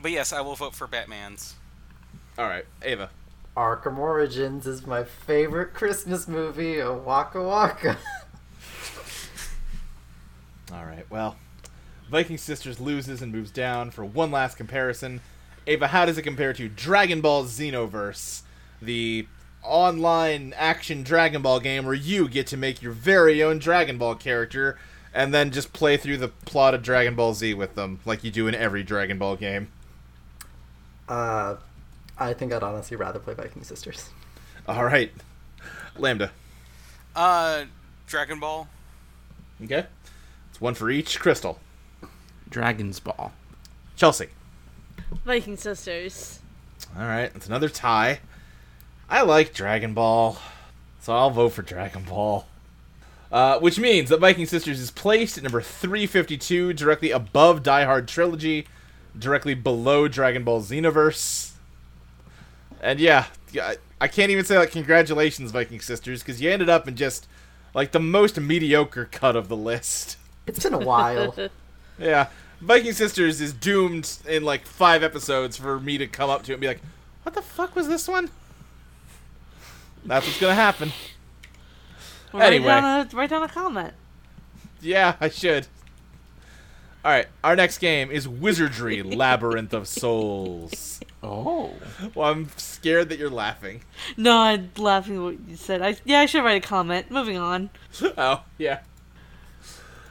but yes, I will vote for Batman's.
All right, Ava.
Arkham Origins is my favorite Christmas movie. A Waka Waka.
All right. Well, Viking Sisters loses and moves down for one last comparison. Ava, how does it compare to Dragon Ball Xenoverse, the online action Dragon Ball game where you get to make your very own Dragon Ball character and then just play through the plot of Dragon Ball Z with them, like you do in every Dragon Ball game?
Uh, I think I'd honestly rather play Viking Sisters.
All right, Lambda.
Uh, Dragon Ball.
Okay, it's one for each. Crystal,
Dragon's Ball.
Chelsea.
Viking Sisters.
All right, it's another tie. I like Dragon Ball, so I'll vote for Dragon Ball. Uh, which means that Viking Sisters is placed at number 352, directly above Die Hard Trilogy, directly below Dragon Ball Xenoverse. And yeah, yeah, I- I can't even say like congratulations, Viking Sisters, because you ended up in just like the most mediocre cut of the list.
It's been a while.
Yeah. Viking Sisters is doomed in like five episodes for me to come up to it and be like, what the fuck was this one? That's what's gonna happen. Anyway.
Write down a, write down a comment.
Yeah, I should. Alright, our next game is Wizardry Labyrinth of Souls.
Oh.
Well, I'm scared that you're laughing.
No, I'm laughing at what you said. I yeah, I should write a comment. Moving on.
Oh, yeah.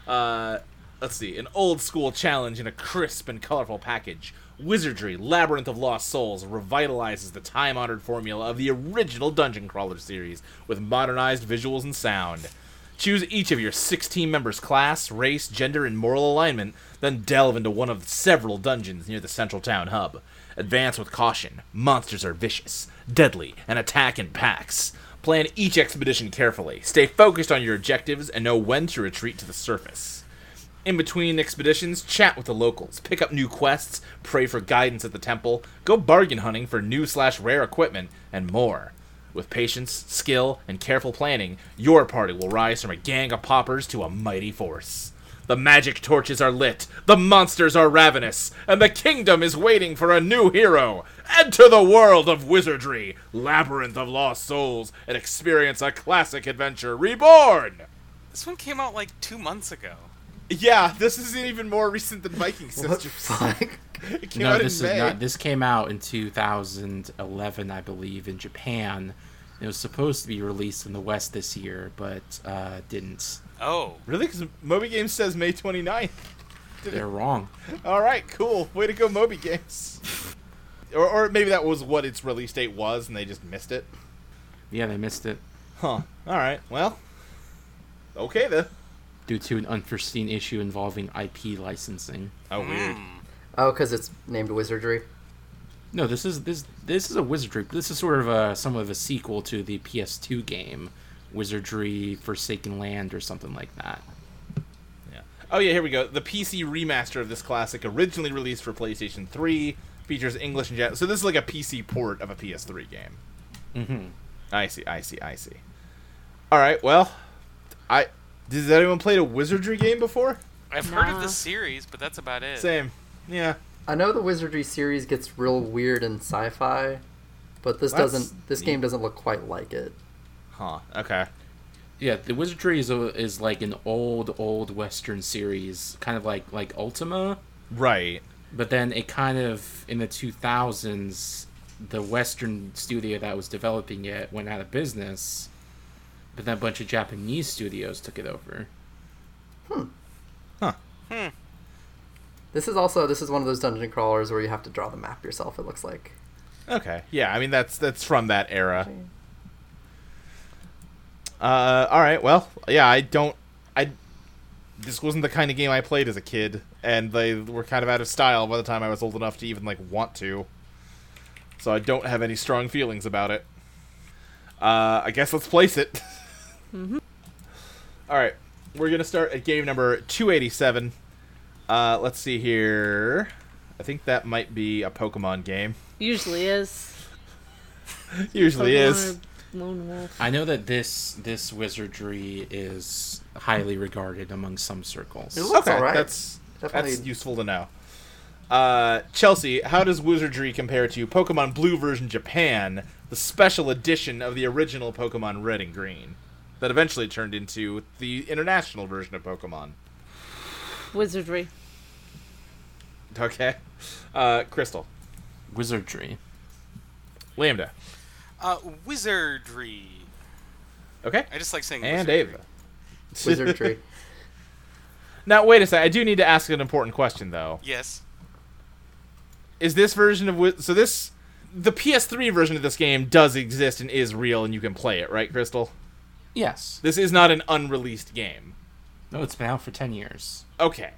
Uh, let's see. An old school challenge in a crisp and colorful package. Wizardry Labyrinth of Lost Souls revitalizes the time honored formula of the original Dungeon Crawler series with modernized visuals and sound. Choose each of your 16 members' class, race, gender, and moral alignment, then delve into one of several dungeons near the central town hub. Advance with caution. Monsters are vicious, deadly, and attack in packs. Plan each expedition carefully. Stay focused on your objectives and know when to retreat to the surface. In between expeditions, chat with the locals, pick up new quests, pray for guidance at the temple, go bargain hunting for new slash rare equipment, and more. With patience, skill, and careful planning, your party will rise from a gang of paupers to a mighty force. The magic torches are lit, the monsters are ravenous, and the kingdom is waiting for a new hero. Enter the world of wizardry, labyrinth of lost souls, and experience a classic adventure reborn!
This one came out like two months ago.
Yeah, this is even more recent than Viking
what the
Sisters.
fuck?
It came
No,
out
this is
in May.
not. This came out in 2011, I believe, in Japan. It was supposed to be released in the West this year, but uh, didn't.
Oh,
Really? Because Moby Games says May 29th.
They're wrong.
All right, cool. Way to go, Moby Games. or, or maybe that was what its release date was, and they just missed it.
Yeah, they missed it
Huh. All right. Well. Okay then.
due to an unforeseen issue involving IP licensing.
Oh, weird.
Oh, because it's named Wizardry.
No, this is this this is a wizardry. This is sort of a somewhat of a sequel to the PS2 game, Wizardry Forsaken Land or something like that.
Yeah. Oh yeah, here we go. The PC remaster of this classic, originally released for PlayStation 3, features English and Japanese. So this is like a PC port of a PS3 game. Mm-hmm. I see. I see. I see. All right. Well, I. Has anyone played a wizardry game before?
I've heard of
Nah.
the series, but that's about it.
Same. Yeah.
I know the Wizardry series gets real weird in sci-fi, but this
That's
doesn't. This game doesn't look quite like it.
Huh. Okay.
Yeah, the Wizardry is a, is like an old old Western series, kind of like like Ultima,
Right.
but then it kind of in the 2000s, the Western studio that was developing it went out of business, but then a bunch of Japanese studios took it over.
This is also this is one of those dungeon crawlers where you have to draw the map yourself. It looks like.
Okay. Yeah, I mean that's that's from that era. Uh, all right. Well, yeah, I don't. I this wasn't the kind of game I played as a kid, and they were kind of out of style by the time I was old enough to even like want to. So I don't have any strong feelings about it. Uh, I guess let's place it. All right, we're gonna start at game number two eighty seven. Uh, let's see here. I think that might be a Pokemon game.
Usually is.
Usually
Pokemon
is.
or lone wolf.
I know that this this wizardry is highly regarded among some circles.
It looks
okay,
alright.
that's that's
Definitely-
useful to know. Uh, Chelsea, how does Wizardry compare to Pokemon Blue version Japan, the special edition of the original Pokemon Red and Green, that eventually turned into the international version of Pokemon?
Wizardry.
Okay, uh, Crystal,
Wizardry.
Lambda,
Uh, wizardry.
okay,
I just like saying
and
wizardry.
Ava.
Wizardry.
Now wait a second. I do need to ask an important question though.
Yes.
Is this version of Wiz- so this the PS3 version of this game does exist and is real and you can play it, right, Crystal?
Yes.
This is not an unreleased game.
No, it's been out for ten years.
Okay.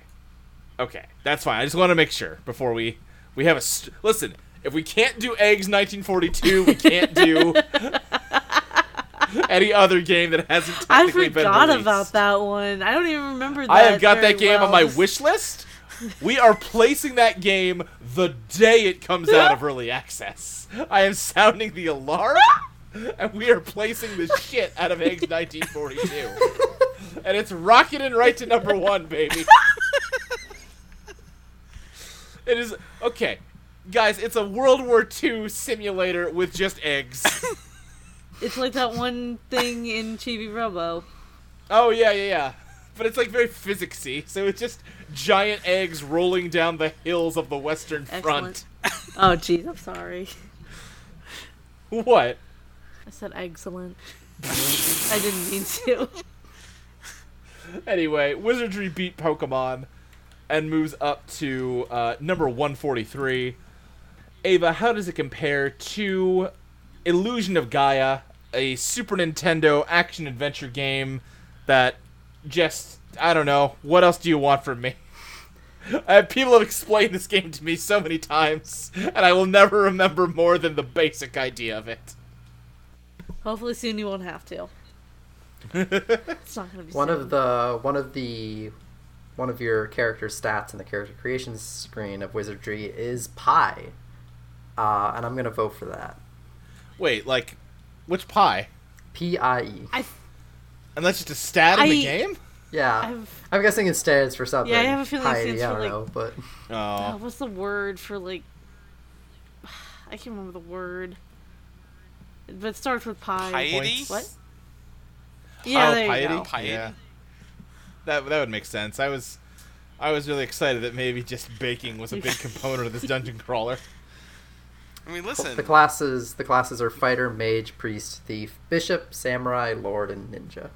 Okay. That's fine. I just want to make sure before we we have a st- listen, if we can't do Eggs 1942, we can't do any other game that hasn't
I
technically been
forgot
released.
about that one. I don't even remember that.
I have got
very
that game
well.
on my wish list. We are placing that game the day it comes out of early access. I am sounding the alarm, and we are placing the shit out of Eggs 1942. And it's rocketing right to number one, baby. It is okay, guys. It's a World War II simulator with just eggs.
It's like that one thing in Chibi Robo.
Oh yeah, yeah, yeah. But it's like very physicsy, so it's just giant eggs rolling down the hills of the Western
Excellent.
Front.
Oh, jeez, I'm sorry.
What?
I said excellent. I didn't mean to.
Anyway, Wizardry beat Pokemon and moves up to uh, number 143. Ava, how does it compare to Illusion of Gaia, a Super Nintendo action adventure game that just I don't know. What else do you want from me? Uh, people have explained this game to me so many times, and I will never remember more than the basic idea of it.
Hopefully soon you won't have to. it's not gonna be
one
soon.
of the one of the one of your character stats in the character creation screen of wizardry is pie, uh, and I'm gonna vote for that.
Wait, like, which pie?
P I E.
I
And that's just a stat in the
I-
game?
Yeah,
I've-
I'm guessing it stands for something.
Yeah, I have a feeling it
Pie-e,
stands
I
for,
don't
like-
know, but
uh,
Oh,
what's the word for like? I can't remember the word. But it starts with pie.
Piety.
What? Yeah,
Oh,
there you
piety?
go.
Piety.
Yeah. That that would make sense. I was I was really excited that maybe just baking was a big component of this dungeon crawler.
I mean, listen.
the classes the classes are fighter, mage, priest, thief, bishop, samurai, lord, and ninja.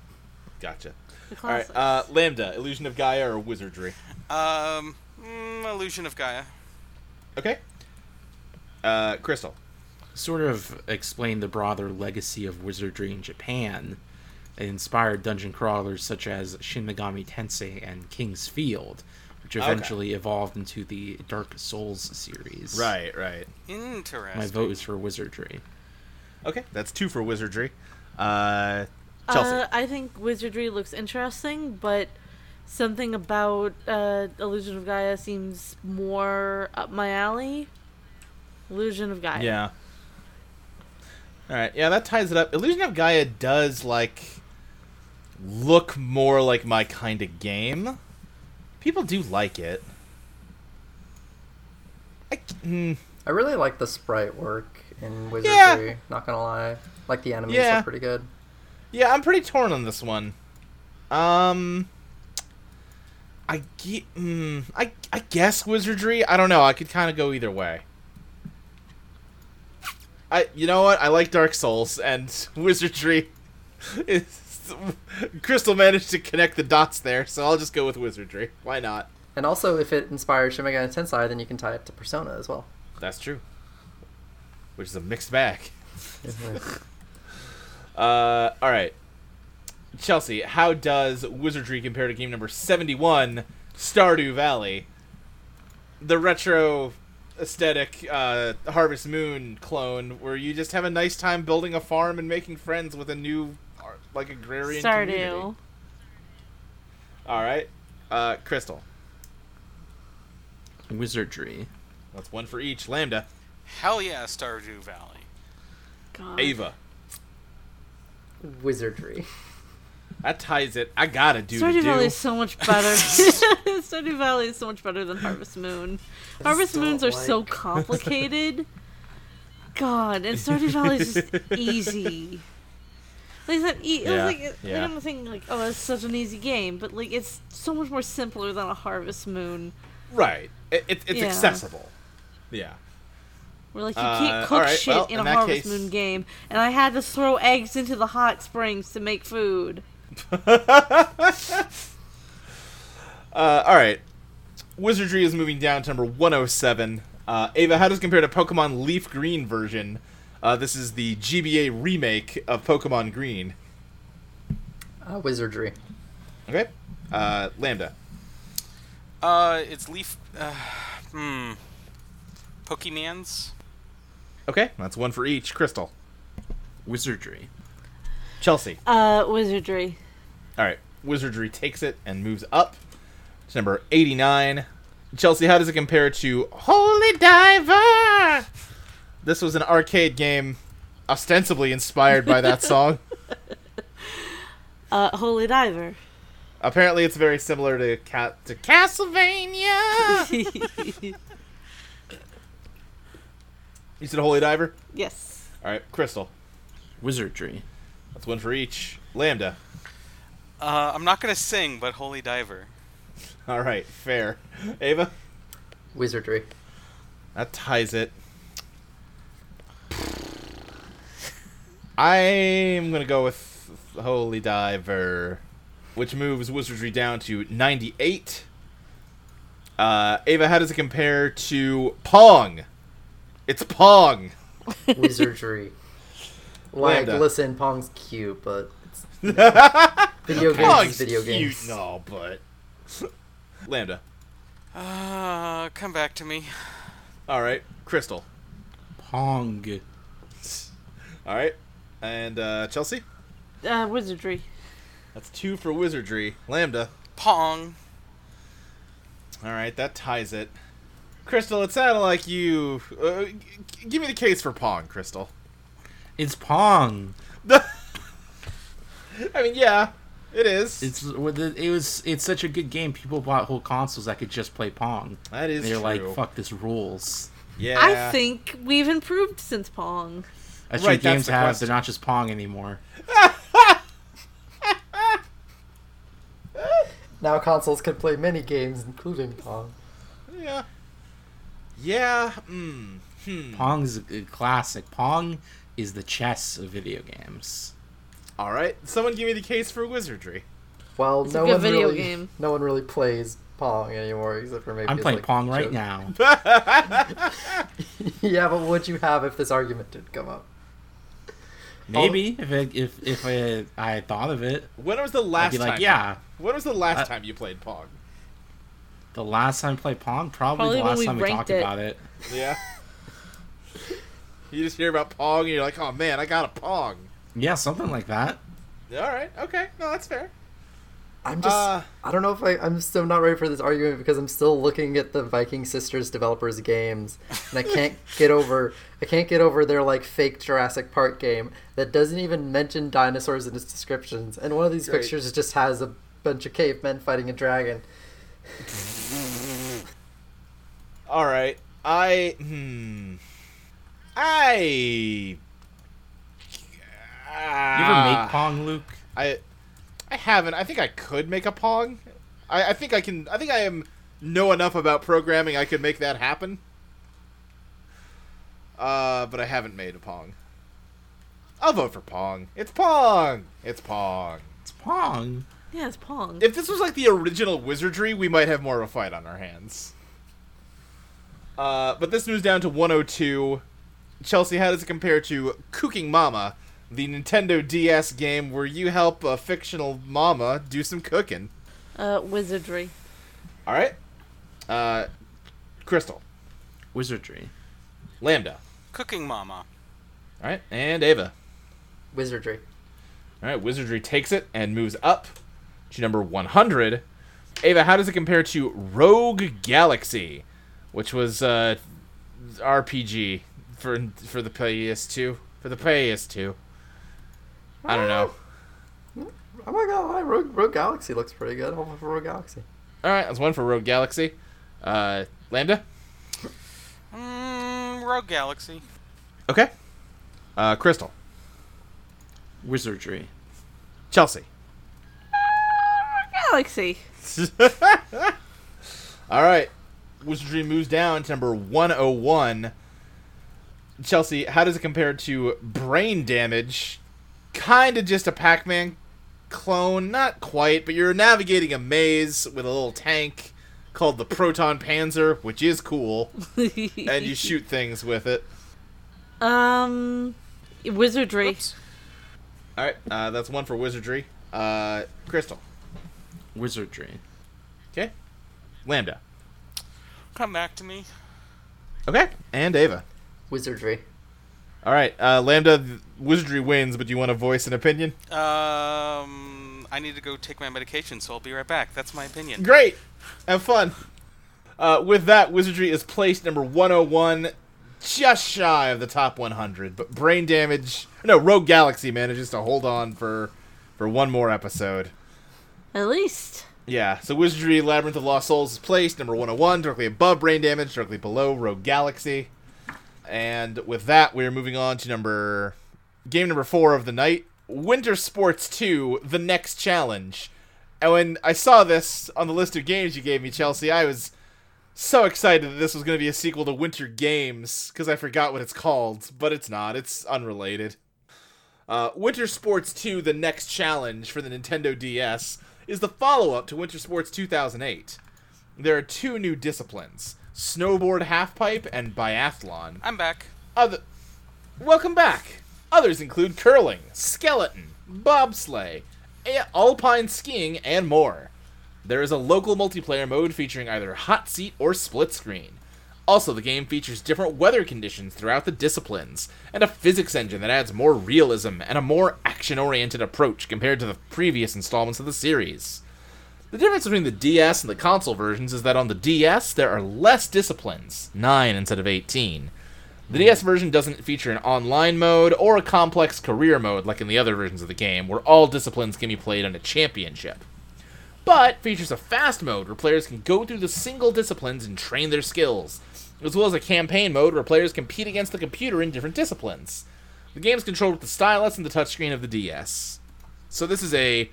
Gotcha.
The
All right,
classics.
uh, Lambda, Illusion of Gaia or Wizardry?
Um, mm, illusion of Gaia.
Okay. Uh, Crystal.
Sort of explain the broader legacy of wizardry in Japan. It inspired dungeon crawlers such as Shin Megami Tensei and King's Field, which
Okay.
eventually evolved into the Dark Souls series.
Right, right.
Interesting.
My vote is for wizardry.
Okay, that's two for Wizardry. Uh, Chelsea.
Uh, I think wizardry looks interesting, but something about uh, Illusion of Gaia seems more up my alley. Illusion of Gaia.
Yeah. All right. Yeah, that ties it up. Illusion of Gaia does like look more like my kind of game. People do like it. I, c- hmm.
I really like the sprite work in wizardry.
Yeah.
Not gonna lie, like the enemies
Yeah.
are pretty good.
yeah, I'm pretty torn on this one. Um, I ge- mm, I I guess wizardry. I don't know. I could kind of go either way. I you know what? I like Dark Souls and wizardry. Is, Crystal managed to connect the dots there, so I'll just go with wizardry. Why not?
And also, if it inspires Shin Megami Tensei, then you can tie it to Persona as well.
That's true. Which is a mixed bag. Uh, all right. Chelsea, how does Wizardry compare to game number 71, Stardew Valley? The retro aesthetic uh, Harvest Moon clone where you just have a nice time building a farm and making friends with a new ar- like agrarian community.
Stardew.
All right. Uh, Crystal.
Wizardry.
That's one for each. Lambda.
Hell yeah, Stardew Valley.
God.
Ava.
wizardry.
That ties it. I gotta do to
Stardew Valley
do.
is so much better. Stardew Valley is so much better than Harvest Moon. Harvest
don't
Moons are so
like-
complicated. God, and Stardew Valley is just easy. Like that, e- it's
Yeah,
like, like,
yeah.
I'm not saying like, oh, it's such an easy game, but like it's so much more simpler than a Harvest Moon,
Right. It, it, it's
Yeah.
accessible. Yeah.
where like you
Uh,
can't cook
alright,
shit
well,
in
in
a
that
Harvest
case-
Moon game, and I had to throw eggs into the hot springs to make food.
Uh, all right. Wizardry is moving down to number 107. Uh, Ava, how does it compare to Pokemon Leaf Green version? Uh, this is the GBA remake of Pokemon Green.
Uh, wizardry.
Okay. Uh, Lambda.
Uh, it's Leaf. Uh, hmm. Pokemans.
Okay. That's one for each. Crystal.
Wizardry.
Chelsea.
Uh, wizardry.
All right. Wizardry takes it and moves up to number 89. Chelsea, how does it compare to Holy Diver? This was an arcade game ostensibly inspired by that song.
Uh, holy diver.
Apparently, it's very similar to Ca- to Castlevania. you said Holy Diver.
yes.
All right, Crystal.
Wizardry.
That's one for each. Lambda.
Uh, I'm not gonna sing, but Holy Diver.
All right, fair. Ava.
Wizardry.
That ties it. I'm gonna go with Holy Diver, which moves Wizardry down to 98. Uh, Ava, how does it compare to Pong? It's Pong.
Wizardry. like,
Lambda.
listen, Pong's cute, but it's, video games is video games.
no, but Lambda.
Uh, come back to me.
All right, Crystal.
Pong.
All right, and uh, Chelsea.
Uh, wizardry.
That's two for Wizardry. Lambda.
Pong.
All right, that ties it. Crystal, it sounded like you. Uh, g- g- give me the case for Pong, Crystal.
It's Pong.
I mean, yeah, it is.
It's with the- it was it's such a good game. People bought whole consoles that could just play Pong.
that is
And they're
true.
like, fuck this rules.
Yeah.
I think we've improved since Pong.
That's
Right,
what
that's
games
the
have.
question.
They're not just Pong anymore.
Now consoles can play many games, including Pong.
Yeah. Yeah. Mm. Hmm.
Pong is a good classic. Pong is the chess of video games.
All right. Someone give me the case for Wizardry.
Well,
It's a
no
good
one
video
really,
game.
no one really plays Pong anymore, except for maybe
I'm
it's
playing
like
Pong right
joke.
now.
yeah, but would you have if this argument did come up?
Maybe if I, if if I, I thought of it,
When was the
I'd
last
be like,
time?
yeah.
When was the last
I-
time you played Pong?
The last time I played Pong, probably,
Probably
the
when
last
we
time we
ranked
talked
it.
about it.
Yeah. you just hear about Pong and you're like, oh man, I got a Pong.
Yeah, something like that.
All right, okay, no, that's fair.
I'm just.
Uh,
I don't know if I, I'm still not ready for this argument because I'm still looking at the Viking Sisters developers' games, and I can't get over. I can't get over their like fake Jurassic Park game that doesn't even mention dinosaurs in its descriptions, and one of these
Great.
pictures just has a bunch of cavemen fighting a dragon.
All right, I hmm, I.
You ever
Ah,
make Pong, Luke?
I, I haven't. I think I could make a Pong. I, I think I can. I think I am know enough about programming. I could make that happen. Uh, but I haven't made a Pong. I'll vote for Pong. It's Pong. It's Pong.
It's Pong.
Yeah, it's Pong.
If this was like the original Wizardry, we might have more of a fight on our hands. Uh, but this moves down to 102. Chelsea, how does it compare to Cooking Mama, the Nintendo DS game where you help a fictional mama do some cooking?
Uh, wizardry.
All right. Uh, Crystal,
Wizardry.
Lambda.
Cooking Mama.
All right, and Ava.
Wizardry.
All right, Wizardry takes it and moves up to number 100. Ava, how does it compare to Rogue Galaxy, which was uh, RPG for for the PS2, for the PS2? I don't know.
Oh my god, Rogue, Rogue Galaxy looks pretty good. Hopefully for Rogue Galaxy.
All right, that's one for Rogue Galaxy. Uh, Lambda.
Mm, Rogue Galaxy.
Okay. Uh, Crystal.
Wizardry.
Chelsea.
Galaxy.
All right. Wizardry moves down to number 101. Chelsea, how does it compare to brain damage? Kind of just a Pac Man clone. Not quite, but you're navigating a maze with a little tank called the Proton Panzer, which is cool, and you shoot things with it.
Um, wizardry.
All right. Uh, that's one for Wizardry. Uh, Crystal.
Wizardry.
Okay. Lambda.
Come back to me.
Okay. And Ava.
Wizardry.
All right, uh, Lambda th- Wizardry wins, but do you want to voice an opinion?
Um, I need to go take my medication, so I'll be right back. That's my opinion.
Great, have fun. Uh, with that, Wizardry is placed number 101, just shy of the top 100. But Brain Damage, no, Rogue Galaxy manages to hold on for for one more episode.
At least.
Yeah, so Wizardry Labyrinth of Lost Souls is placed number 101, directly above Brain Damage, directly below Rogue Galaxy. And with that, we're moving on to number game number 4 of the night, Winter Sports 2: The Next Challenge. And when I saw this on the list of games you gave me, Chelsea, I was so excited that this was going to be a sequel to Winter Games because I forgot what it's called, but it's not. It's unrelated. Uh, Winter Sports 2: The Next Challenge for the Nintendo DS is the follow-up to Winter Sports 2008. There are two new disciplines: snowboard halfpipe and biathlon.
I'm back.
Other, welcome back. Others include curling, skeleton, bobsleigh, a- alpine skiing, and more. There is a local multiplayer mode featuring either hot seat or split screen. Also, the game features different weather conditions throughout the disciplines, and a physics engine that adds more realism and a more action oriented approach compared to the previous installments of the series. The difference between the DS and the console versions is that on the DS, there are less disciplines 9 instead of 18. The DS version doesn't feature an online mode or a complex career mode like in the other versions of the game, where all disciplines can be played on a championship. But features a fast mode where players can go through the single disciplines and train their skills, as well as a campaign mode where players compete against the computer in different disciplines. The game's controlled with the stylus and the touchscreen of the DS. So this is a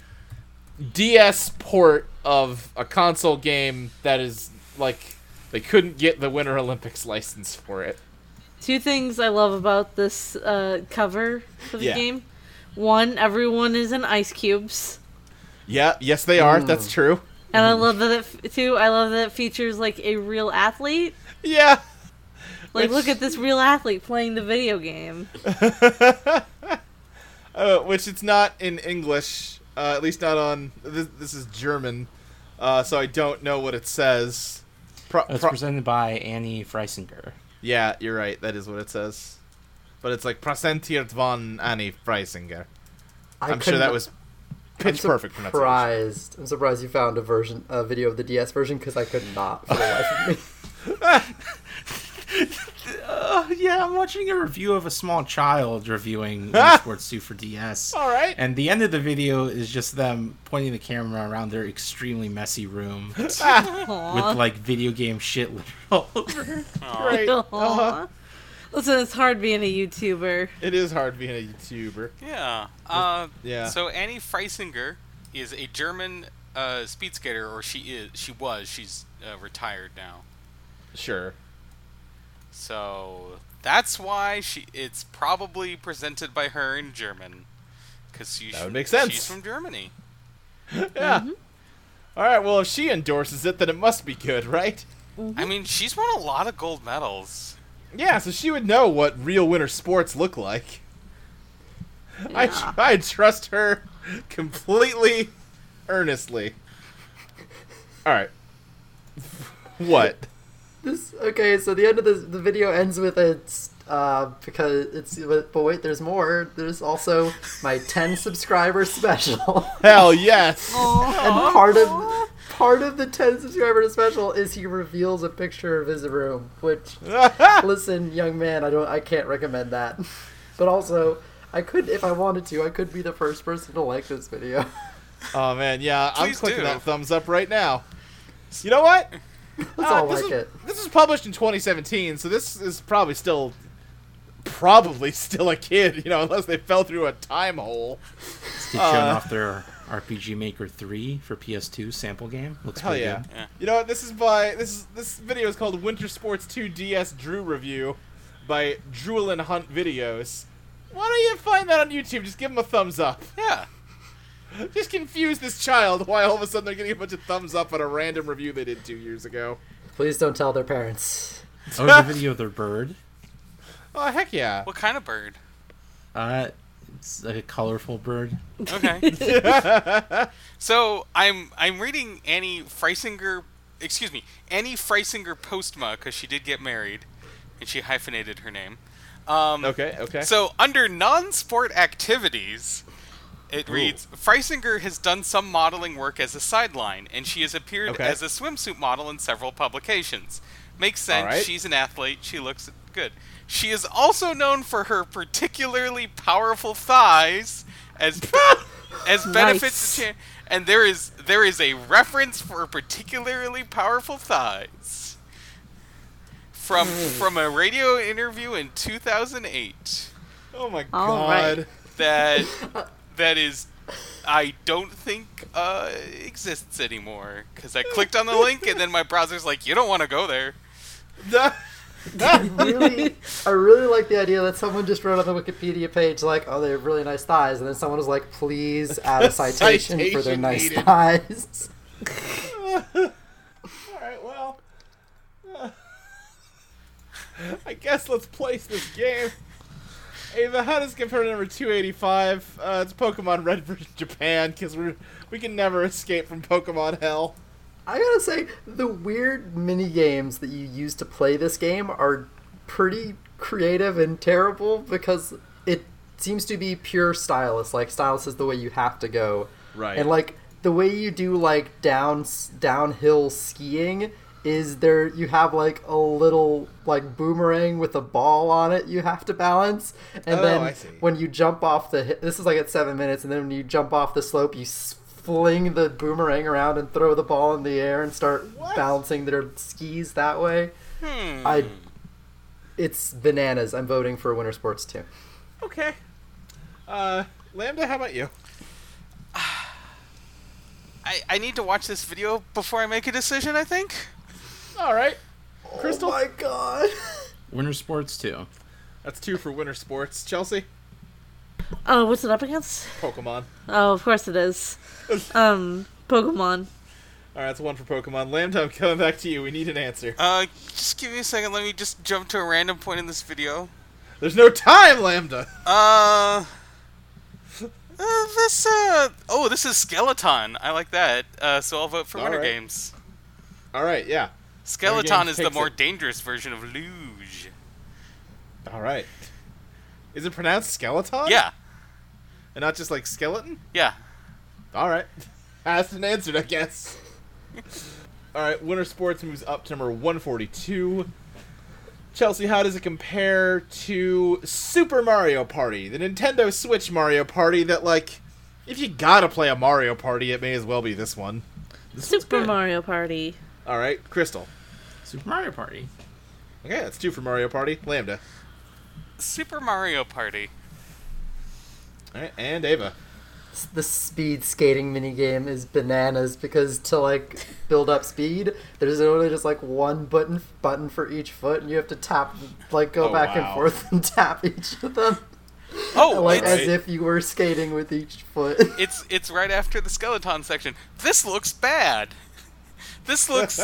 DS port of a console game that is like they couldn't get the Winter Olympics license for it.
Two things I love about this uh, cover for the
Yeah.
game. One, everyone is in ice cubes.
Yeah, yes they are. That's
Hmm.
true.
And
Mm-hmm.
I love that it, f- too, I love that it features like a real athlete.
Yeah.
Like,
Which-
look at this real athlete playing the video game.
Uh, which it's not in English, uh, at least not on. This, this is German, uh, so I don't know what it says. Pro,
It's
pro-
presented by Annie Freisinger.
yeah, you're right. That is what it says. But it's like Präsentiert von Annie Freisinger.
I
I'm sure that
couldn't-
was pitch
I'm
perfect pronunciation.
Surprised. I'm surprised you found a version, a video of the DS version, because I could not for the life of me.
Uh, yeah, I'm watching a review of a small child reviewing Wii Sports 2 for DS.
All right.
And the end of the video is just them pointing the camera around their extremely messy room with
Aww.
like video game shit littered all over.
Right. Uh-huh.
Listen, it's hard being a YouTuber.
It is hard being a YouTuber.
Yeah. Uh,
Yeah.
So Annie Freisinger is a German uh, speed skater, or she is. She was. She's uh, retired now.
Sure.
So that's why she. It's probably presented by her in German, because
That would make sense.
She's from Germany.
Yeah. All right. Well, if she endorses it, then it must be good, right?
I mean, she's won a lot of gold medals.
Yeah, so she would know what real winter sports look like. I, tr- I trust her completely, earnestly. All right. What?
This okay. So the end of the the video ends with it's uh because it's but but wait, there's more. There's also my 10 subscriber special.
Hell yes.
and part of part of the 10 subscriber special is he reveals a picture of his room which listen young man i don't i can't recommend that but also I could, if I wanted to, I could be the first person to like this video.
Oh man, yeah, I'm
Please
clicking
do.
that thumbs up right now. You know what?
Let's
Uh,
all
this
like
was-
it.
This was published in 2017, so this is probably still, probably still a kid, you know, unless they fell through a time hole.
This kid showing off their RPG Maker 3 for PS2 sample game. Looks
Hell
pretty
yeah.
good.
Yeah.
You know what? This is by this is this video is called Winter Sports 2 DS Drew Review by Drewelin Hunt Videos. Why don't you find that on YouTube? Just give them a thumbs up.
Yeah.
Just confuse this child why all of a sudden they're getting a bunch of thumbs up on a random review they did two years ago.
Please don't tell their parents.
Oh, there's a video of their bird.
Oh heck yeah!
What kind of bird?
Uh, it's a colorful bird.
Okay. so I'm I'm reading Annie Freisinger, excuse me, Annie Freisinger Postma because she did get married, and she hyphenated her name. Um,
Okay, okay.
So under non-sport activities, it reads Freisinger has done some modeling work as a sideline, and she has appeared
Okay.
as a swimsuit model in several publications. Makes sense.
Alright.
She's an athlete. She looks good. She is also known for her particularly powerful thighs as as benefits. to
Nice.
cha- and there is there is a reference for particularly powerful thighs from
Mm.
from a radio interview in 2008
oh my
All
god.
right.
that that is I don't think uh, exists anymore because I clicked on the link and then my browser's like you don't want to go there.
Really, I really like the idea that someone just wrote on the Wikipedia page like, "Oh, they have really nice thighs," and then someone was like, "Please add a citation, for their
Citation
nice
needed.
thighs."
Alright, well. I guess let's place this game. Ava, how does compare to number 285? Uh, it's Pokemon Red versus Japan, because we can never escape from Pokemon hell.
I gotta say, the weird mini games that you use to play this game are pretty creative and terrible because it seems to be pure stylus. Like stylus is the way you have to go,
Right.
and like the way you do like down downhill skiing is there you have like a little like boomerang with a ball on it you have to balance and
Oh,
then
I see.
when you jump off the hi- this is like at seven minutes and then when you jump off the slope you s- fling the boomerang around and throw the ball in the air and start
What? Hmm.
balancing their skis that way i it's bananas i'm voting for winter sports too
Okay. Uh, Lambda, how about you?
I, I need to watch this video before I make a decision. I think.
Alright. Crystal?
oh my god
Winter Sports 2.
That's two for winter sports. Chelsea?
Oh, what's it up against?
Pokemon.
Oh, of course it is. Um, Pokemon.
Alright, that's one for Pokemon. Lambda, I'm coming back to you. We need an answer.
Uh, just give me a second. Let me just jump to a random point in this video.
There's no time, Lambda!
Uh. uh, this uh oh this is Skeleton I like that uh so I'll vote for Winter
Alright.
Games
Alright, yeah.
Skeleton is the
takes
more
it.
dangerous version of Luge
Alright. Is it pronounced skeleton?
yeah
And not just like skeleton?
yeah
All right. Asked and answered, I guess. All right, Winter Sports moves up to number 142. Chelsea, how does it compare to Super Mario Party, the Nintendo Switch Mario Party that, like, if you gotta play a Mario Party, it may as well be this one.
Super Mario Party.
All right, Crystal.
Super Mario Party.
Okay, that's two for Mario Party. Lambda.
Super Mario Party
All right, and Ava.
the speed skating minigame is bananas because to like build up speed, there's only just like one button button for each foot, and you have to tap like go
Oh,
back
wow.
and forth and tap each of them
oh
like
it's,
as if you were skating with each foot.
it's it's right after the Skeleton section this looks bad this looks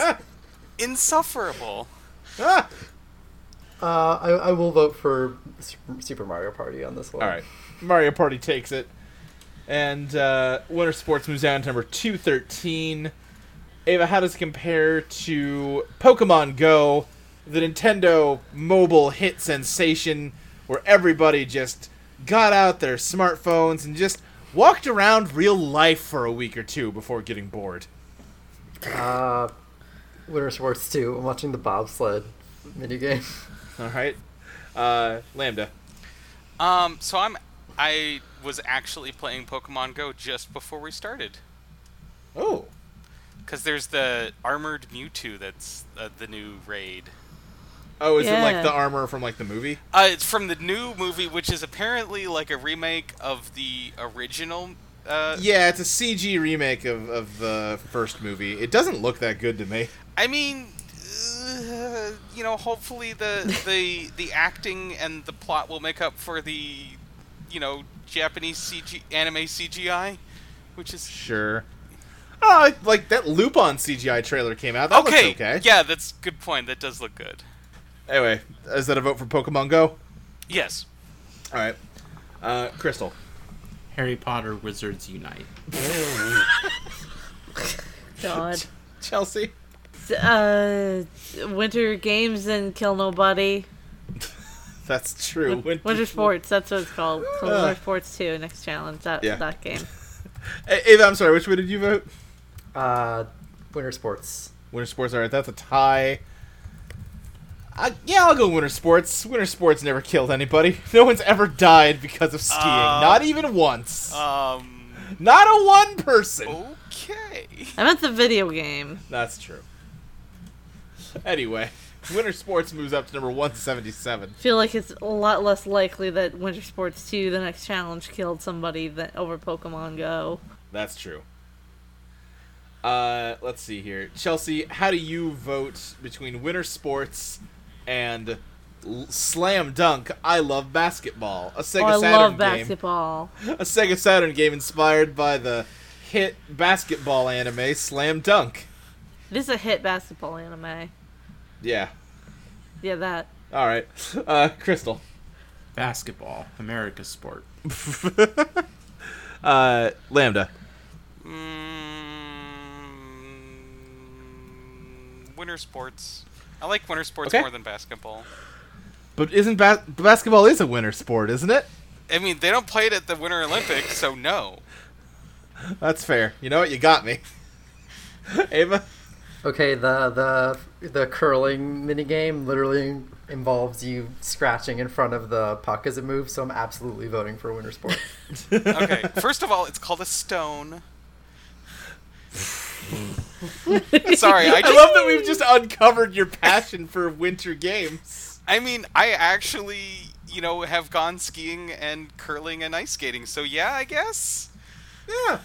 insufferable
Ah!
Uh, I, I will vote for Super- Super Mario Party on this one.
All right, Mario Party takes it, and uh, Winter Sports moves down to number two thirteen. Ava, how does it compare to Pokemon Go, the Nintendo mobile hit sensation, where everybody just got out their smartphones and just walked around real life for a week or two before getting bored?
Uh, Winter Sports 2. I'm watching the bobsled minigame.
All right, uh, Lambda.
Um, so I'm I was actually playing Pokemon Go just before we started.
Oh,
Because there's the armored Mewtwo that's uh, the new raid.
oh, is it like
Yeah.
the armor from like the movie?
Uh, it's from the new movie, which is apparently like a remake of the original. Uh,
Yeah, it's a CG remake of, of the first movie. It doesn't look that good to me.
I mean, uh, you know, hopefully the the the acting and the plot will make up for the, you know, Japanese CG anime CGI, which is
Sure. Oh, like that Lupin CGI trailer came out. That
okay.
looks okay.
Yeah, that's a good point. That does look good.
Anyway, is that a vote for Pokemon Go? All
Yes.
right. Uh, Crystal.
Harry Potter Wizards Unite.
God.
Chelsea.
Uh, Winter Games and Kill Nobody.
That's true. Win-
Winter Sports, that's what it's called. Kill
Ugh.
Winter Sports 2, next challenge. That,
Ah. Yeah.
that game.
A- Ava, I'm sorry. Which way did you vote?
Uh, winter sports.
Winter sports. All right, that's a tie. I, yeah, I'll go winter sports. Winter sports never killed anybody. No one's ever died because of skiing.
Uh,
Not even once.
Um.
Not a one person.
Okay.
I meant the video game.
That's true. Anyway, winter sports moves up to number 177.
feel like it's a lot less likely that Winter Sports 2, the next challenge, killed somebody that over Pokemon Go.
That's true. Uh, let's see here. Chelsea, how do you vote between winter sports and l- slam dunk I love basketball, a Sega
oh, I
Saturn
love
game,
basketball.
a Sega Saturn game inspired by the hit basketball anime Slam Dunk.
It is a hit basketball anime.
Yeah.
Yeah, that.
All right. Uh, Crystal.
Basketball, America's sport.
Uh, Lambda.
Mm, winter sports. I like winter sports
Okay.
more than basketball.
But isn't ba- basketball is a winter sport, isn't it?
I mean, they don't play it at the Winter Olympics, so no.
That's fair. You know what? You got me. Ava.
Okay, the the the curling minigame literally involves you scratching in front of the puck as it moves. So I'm absolutely voting for winter sports.
Okay. First of all, it's called a stone. Sorry, I
I
just.
love that we've just uncovered your passion for winter games.
I mean, I actually, you know, have gone skiing and curling and ice skating. So yeah, I guess.
Yeah.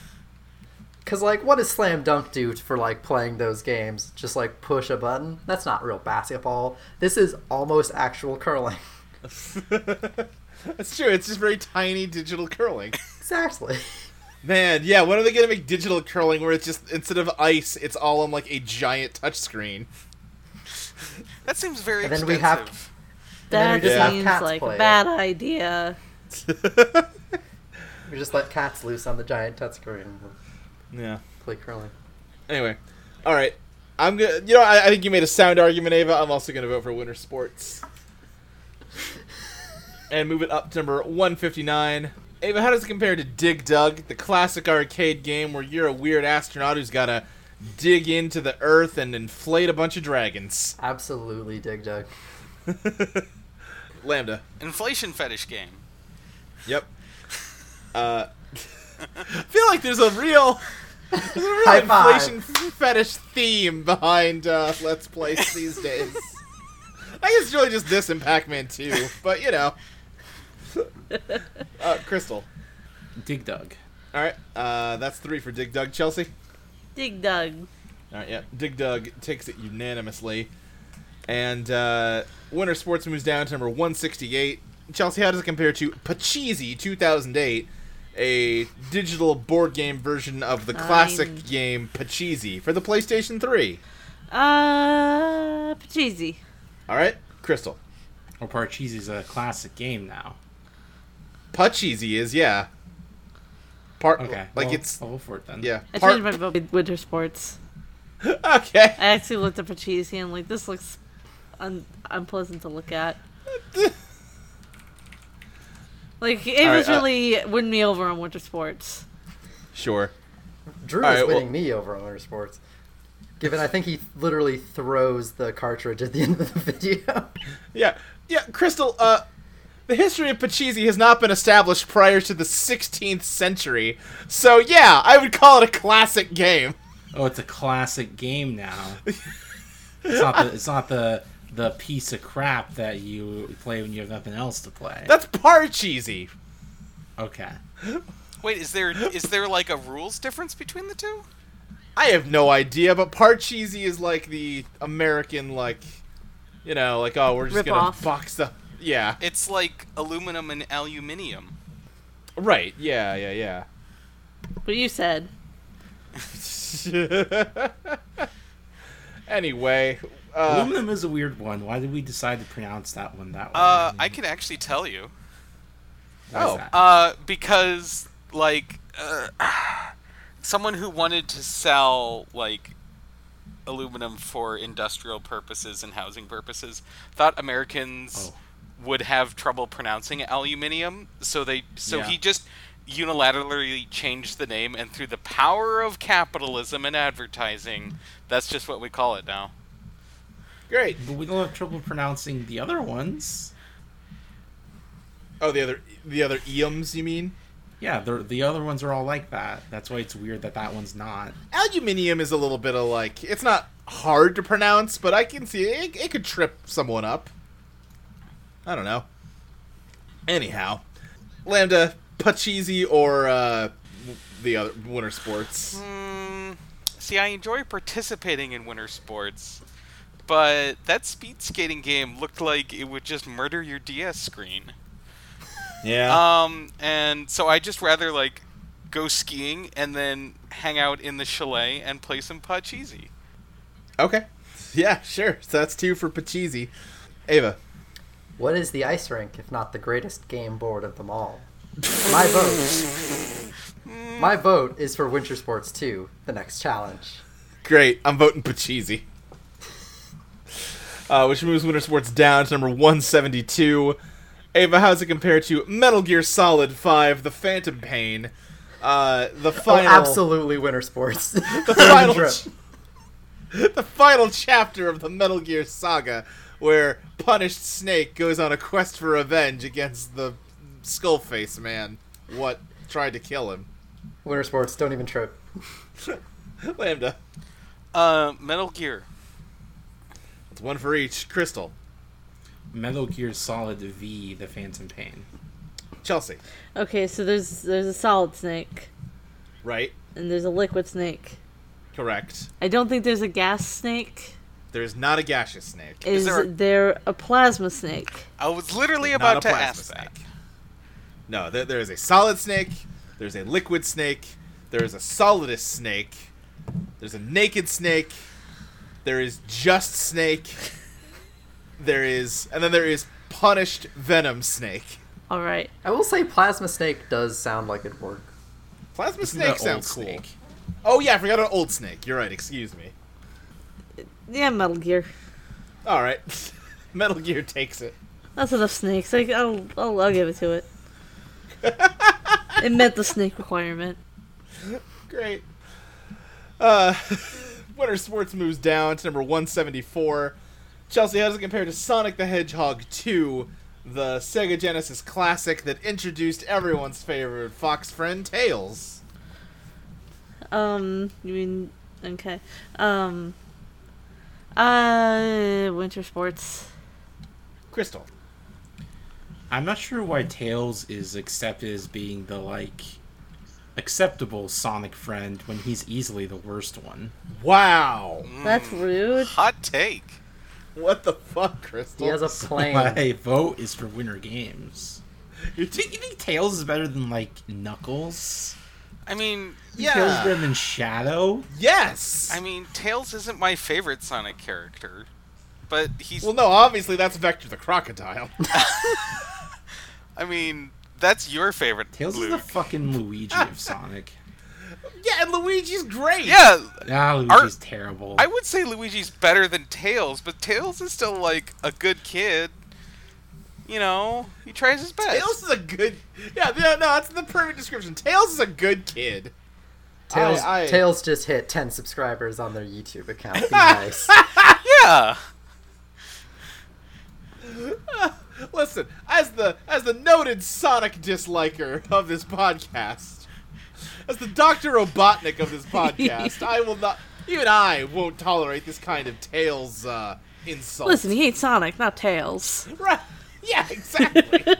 Cause like, what does slam dunk do for like playing those games? Just like push a button. That's not real basketball. This is almost actual curling.
That's true. It's just very tiny digital curling.
exactly.
Man, yeah, when are they going to make digital curling where it's just, instead of ice, it's all on like a giant touchscreen?
That seems very
And then we
expensive.
have- then we
That
just have
seems
cats
like
play
a
it.
bad idea.
We just let cats loose on the giant touchscreen and
yeah.
play curling.
Anyway, all right. I'm gonna. You know, I, I think you made a sound argument, Ava. I'm also gonna vote for winter sports. and move it up to number 159. Ava, how does it compare to Dig Dug, the classic arcade game where you're a weird astronaut who's gotta dig into the Earth and inflate a bunch of dragons?
Absolutely dig dug.
Lambda.
Inflation fetish game.
Yep. Uh, I feel like there's a real, there's a real
High five.
inflation fetish theme behind uh, Let's Plays these days. I guess it's really just this and Pac-Man 2, but you know. Uh, Crystal.
Dig Dug.
All right, uh, that's three for Dig Dug. Chelsea.
Dig Dug.
All right, yeah. Dig Dug takes it unanimously, and uh, Winter Sports moves down to number 168. Chelsea, how does it compare to Pachisi 2008, a digital board game version of the classic
Nine.
game Pachisi for the PlayStation 3?
Uh, Pachisi.
All right, Crystal.
Or Oh, Parcheesi is a classic game now.
Pachisi is yeah. Part
Okay.
like
well, oh.
it's
I'll vote for it then.
yeah.
I
Part,
changed my vote with Winter Sports.
okay.
I actually looked at Pachisi and I'm like, this looks un- unpleasant to look at. like, it
All
was
right, uh,
really win me over on Winter Sports.
Sure.
Drew
All
is
right, well-
winning me over on winter sports. Given I think he literally throws the cartridge at the end of the video.
Yeah, yeah, Crystal. Uh, The history of Pachisi has not been established prior to the 16th century, so yeah, I would call it a classic game.
Oh, it's a classic game now. it's not the it's not the the piece of crap that you play when you have nothing else to play.
That's Parcheesi.
okay.
Wait, is there is there like a rules difference between the two?
I have no idea, but Parcheesi is like the American, like, you know, like, oh, we're just
Rip
gonna
off.
box up. Yeah.
It's like aluminum and aluminium.
Right. Yeah, yeah, yeah.
What you said.
anyway, uh,
Aluminum is a weird one. Why did we decide to pronounce that one that way?
Uh, I can actually tell you.
Why is
oh,
that?
Uh, because like uh, someone who wanted to sell like aluminum for industrial purposes and housing purposes thought Americans
Oh.
would have trouble pronouncing aluminium, so they so
Yeah.
he just unilaterally changed the name and through the power of capitalism and advertising, that's just what we call it now.
great.
but we don't have trouble pronouncing the other ones.
Oh, the other, the other eums, you mean?
Yeah, the the other ones are all like that. That's why it's weird that that one's not.
Aluminium is a little bit of like, it's not hard to pronounce, but I can see it, it could trip someone up. I don't know. Anyhow, Lambda, Pachisi, or uh, w- the other Winter Sports.
Mm, see, I enjoy participating in winter sports, but that speed skating game looked like it would just murder your DS screen.
Yeah.
Um, and so I just rather like go skiing and then hang out in the chalet and play some Pachisi.
Okay. Yeah, sure. So that's two for Pachisi. Ava.
What is the ice rink if not the greatest game board of them all? My vote. My vote is for Winter Sports 2, the next challenge.
Great. I'm voting Pachisi. Uh, which moves Winter Sports down to number 172. Ava, how's it compare to Metal Gear Solid 5, The Phantom Pain? Uh, the
Oh,
final.
absolutely Winter Sports.
The final, ch- the final chapter of the Metal Gear saga, where Punished Snake goes on a quest for revenge against the Skullface man, what tried to kill him.
Winter Sports, don't even trip.
Lambda.
Uh, Metal Gear.
It's one for each. Crystal,
Metal Gear Solid V: The Phantom Pain.
Chelsea,
Okay, so there's there's a solid snake
right?
and there's a liquid snake.
Correct.
I don't think there's a gas snake.
There is not a gaseous snake.
Is,
there a-
there a plasma snake?
I was literally
Not
about
a
to
plasma
ask that.
snake. No, there, there is a solid snake. There's a liquid snake. There is a solidus snake. There's a naked snake. There is just snake. There is, and then there is punished venom snake.
All right.
I will say Plasma Snake does sound like it'd work.
Plasma
that
snake
old
sounds cool.
snake?
Oh yeah, I forgot an old snake. You're right. Excuse me.
Yeah, Metal Gear.
All right, Metal Gear takes it.
That's enough snakes. I, I'll, I'll I'll give it to it. it met the snake requirement.
Great. Uh, Winter Sports moves down to number 174. Chelsea, how does it compare to Sonic the Hedgehog 2, the Sega Genesis classic that introduced everyone's favorite fox friend, Tails?
Um, you mean okay? Um, uh, winter sports.
Crystal.
I'm not sure why Tails is accepted as being the like acceptable Sonic friend when he's easily the worst one.
Wow.
That's rude.
Hot take.
What the fuck, Crystal?
He has a plane.
My vote is for Winter Games.
You
You think, you think Tails is better than like Knuckles?
I mean,
Tails is better
yeah.
than Shadow?
Yes.
I mean, Tails isn't my favorite Sonic character, but he's
well, no, obviously that's Vector the Crocodile.
I mean, that's your favorite.
Tails
Luke.
is the fucking Luigi of Sonic.
yeah, and Luigi's great.
yeah,
Ah, Luigi's terrible.
I would say Luigi's better than Tails, but Tails is still like a good kid. You know, he tries his best.
Tails is a good. Yeah, no, no, that's the perfect description. Tails is a good kid.
Tails,
I- I-
Tails just hit 10 subscribers on their YouTube account. Be nice.
yeah.
Listen, as the as the noted Sonic disliker of this podcast, as the Doctor Robotnik of this podcast, I will not. Even I won't tolerate this kind of Tails uh, insult.
Listen, he hates Sonic, not Tails.
Right. Yeah, exactly.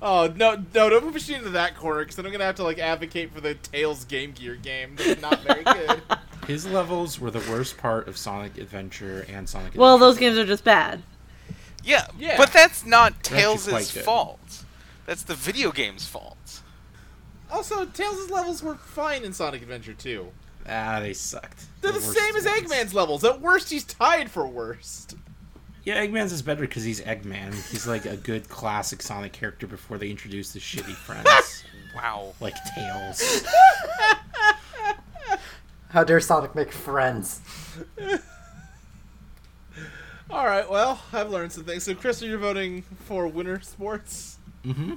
oh no, no, don't push me into that corner because then I'm gonna have to like advocate for the Tails Game Gear game. That's not very good.
His levels were the worst part of Sonic Adventure and Sonic.
Well,
Adventure.
those games are just bad.
Yeah,
Yeah.
but that's not
actually quite
Tails'
good.
fault. That's the video game's fault.
also, Tails' levels were fine in Sonic Adventure 2.
ah, they sucked.
They're the,
worst
same as
ones.
Eggman's levels. At worst, he's tied for worst.
Yeah, Eggman's is better because he's Eggman. He's like a good classic Sonic character before they introduced the shitty friends
Wow.
like Tails.
How dare Sonic make friends?
All right, well, I've learned some things. So, Chris, you're voting for winter sports.
Mm-hmm.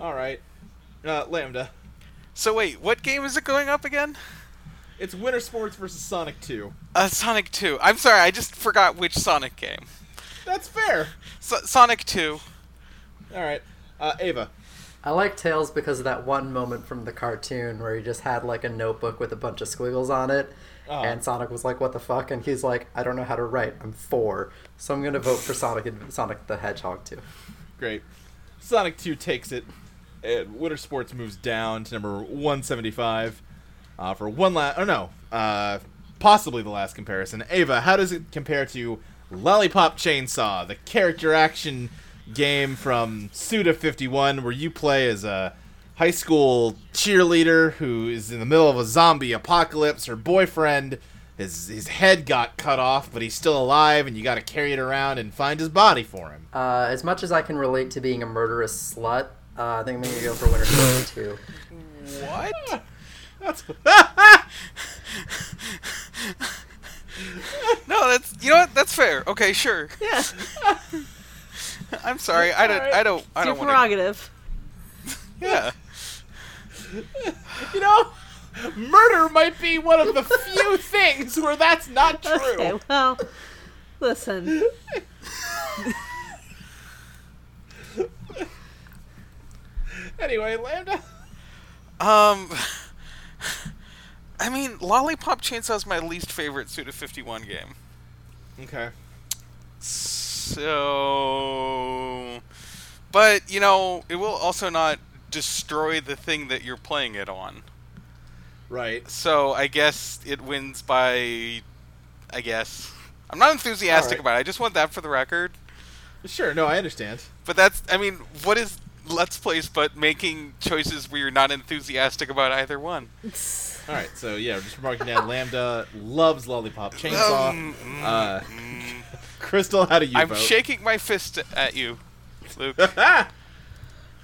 All right, uh, Lambda.
So wait, what game is it going up again?
It's winter sports versus Sonic 2.
Uh, Sonic 2. I'm sorry, I just forgot which Sonic game.
That's fair.
So- Sonic 2.
All right, uh, Ava.
I like Tails because of that one moment from the cartoon where he just had like a notebook with a bunch of squiggles on it.
Oh.
And Sonic was like, "What the fuck?" And he's like, "I don't know how to write. I'm four, so I'm gonna vote for Sonic and Sonic the Hedgehog too."
Great. Sonic 2 takes it. And Winter Sports moves down to number 175 uh, for one last. Oh, no. Uh, possibly the last comparison. Ava, how does it compare to Lollipop Chainsaw, the character action game from Suda51, where you play as a high school cheerleader who is in the middle of a zombie apocalypse? Her boyfriend. His, his head got cut off, but he's still alive, and you got to carry it around and find his body for him.
Uh, as much as I can relate to being a murderous slut, uh, I think I'm gonna go for Winter Soldier too.
What?
That's
No, that's you know what? That's fair. Okay, sure.
Yeah,
I'm sorry. I don't. I don't. I
your
don't want
prerogative.
to. Yeah.
you know, murder might be one of the few things where that's not true.
Okay, well, listen.
Anyway, Lambda.
Um. I mean, Lollipop Chainsaw is my least favorite Suda 51 game.
Okay.
So, but you know, it will also not destroy the thing that you're playing it on.
Right.
So I guess it wins by, I guess. I'm not enthusiastic
Alright.
about it. I just want that for the record.
Sure. No, I understand.
But that's, I mean, what is Let's Plays but making choices where you're not enthusiastic about either one?
All right. So yeah, just remarking down. Lambda loves lollipop chainsaw.
Um, mm,
uh,
mm.
Crystal, how do you
I'm
vote?
shaking my fist at you, Luke.
Ah!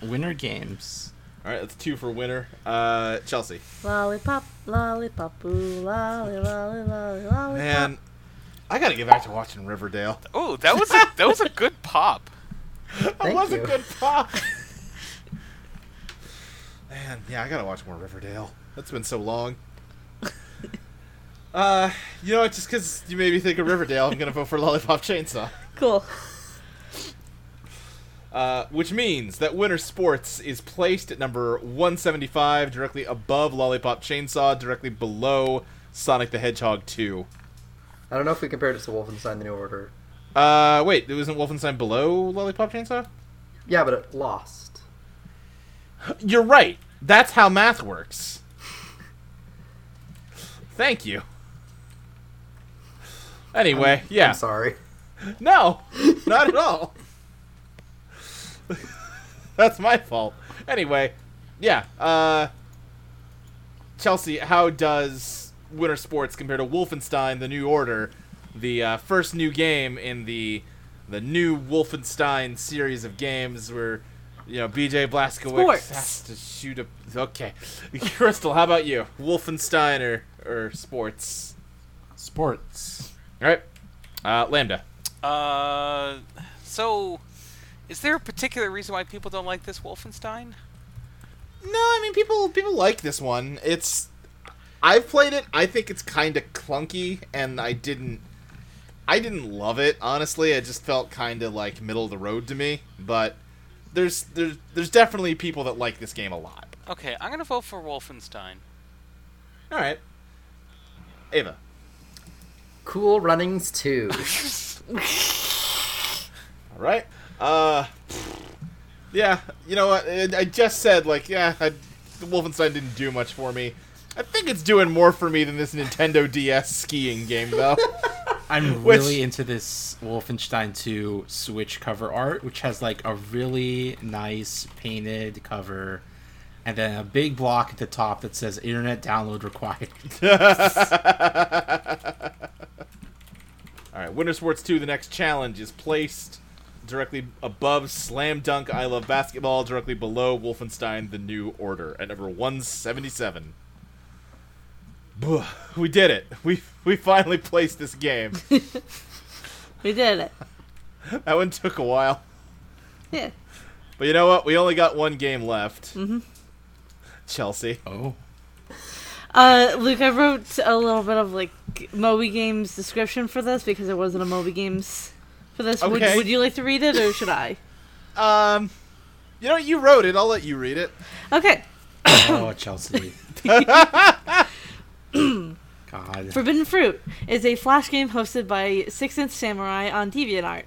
Winter games.
All right, that's two for winner. Uh, Chelsea.
Lollipop, lollipop, ooh, lolly, lolly, lolly, lollipop.
Man, I gotta get back to watching Riverdale.
oh, that was a, that was a good pop.
That
Thank
was a
you.
good pop. Man, yeah, I gotta watch more Riverdale. That's been so long. Uh, you know what? Just because you made me think of Riverdale, I'm gonna vote for Lollipop Chainsaw.
Cool.
Uh, which means that Winter Sports is placed at number 175, directly above Lollipop Chainsaw, directly below Sonic the Hedgehog 2.
I don't know if we compared it to Wolfenstein: The New Order.
Uh, wait, wasn't Wolfenstein below Lollipop Chainsaw?
Yeah, but it lost.
You're right. That's how math works. Thank you. Anyway, yeah.
I'm sorry.
No, not at all. That's my fault. Anyway, yeah. Uh, Chelsea, how does Winter Sports compare to Wolfenstein: The New Order, the uh, first new game in the the new Wolfenstein series of games, where you know BJ Blazkowicz
Sports.
has to shoot a. Okay, Crystal, how about you? Wolfenstein or or sports?
Sports.
All right, uh, Lambda.
Uh, so, is there a particular reason why people don't like this Wolfenstein?
No, I mean people people like this one. It's I've played it. I think it's kind of clunky and I didn't I didn't love it honestly. It just felt kind of like middle of the road to me, but there's there's there's definitely people that like this game a lot.
Okay, I'm gonna vote for Wolfenstein.
All right, Ava.
Cool Runnings 2.
All right. Uh, yeah. You know what? I I just said like, yeah, I, Wolfenstein didn't do much for me. I think it's doing more for me than this Nintendo DS skiing game, though.
I'm
Which-
really into this Wolfenstein 2 Switch cover art, which has like a really nice painted cover and then a big block at the top that says internet download required.
All right, Winter Sports 2, the next challenge is placed directly above Slam Dunk I Love Basketball, directly below Wolfenstein The New Order at number 177. Buh, we did it. We we finally placed this game.
We did it.
that one took a while.
Yeah.
But you know what? We only got one game left. Mm-hmm. Chelsea.
Oh.
Uh, Luke, I wrote a little bit of like Moby Games description for this because there wasn't a Moby Games for this. Would,
Okay.
would you like to read it or should I?
Um, you know what? You wrote it. I'll let you read it.
Okay.
Oh, Chelsea. God.
Forbidden Fruit is a flash game hosted by Six Inch Samurai on DeviantArt.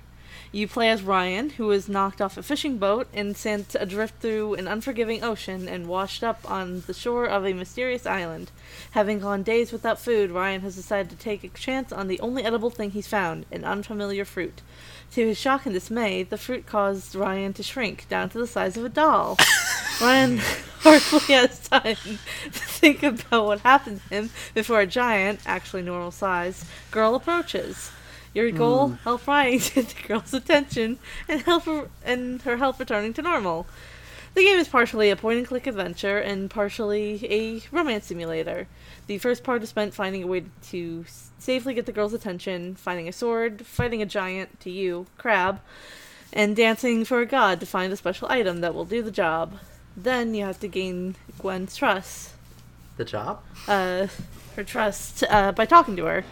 You play as Ryan, who is knocked off a fishing boat and sent adrift through an unforgiving ocean and washed up on the shore of a mysterious island. Having gone days without food, Ryan has decided to take a chance on the only edible thing he's found an unfamiliar fruit. To his shock and dismay, the fruit caused Ryan to shrink down to the size of a doll. Ryan hardly has time to think about what happened to him before a giant, actually normal sized, girl approaches. Your goal: help Ryan get the girl's attention and help her, and her help returning to normal. The game is partially a point and click adventure and partially a romance simulator. The first part is spent finding a way to safely get the girl's attention, finding a sword, fighting a giant to you, crab, and dancing for a god to find a special item that will do the job. Then you have to gain Gwen's trust,
the job?
uh, her trust uh, by talking to her,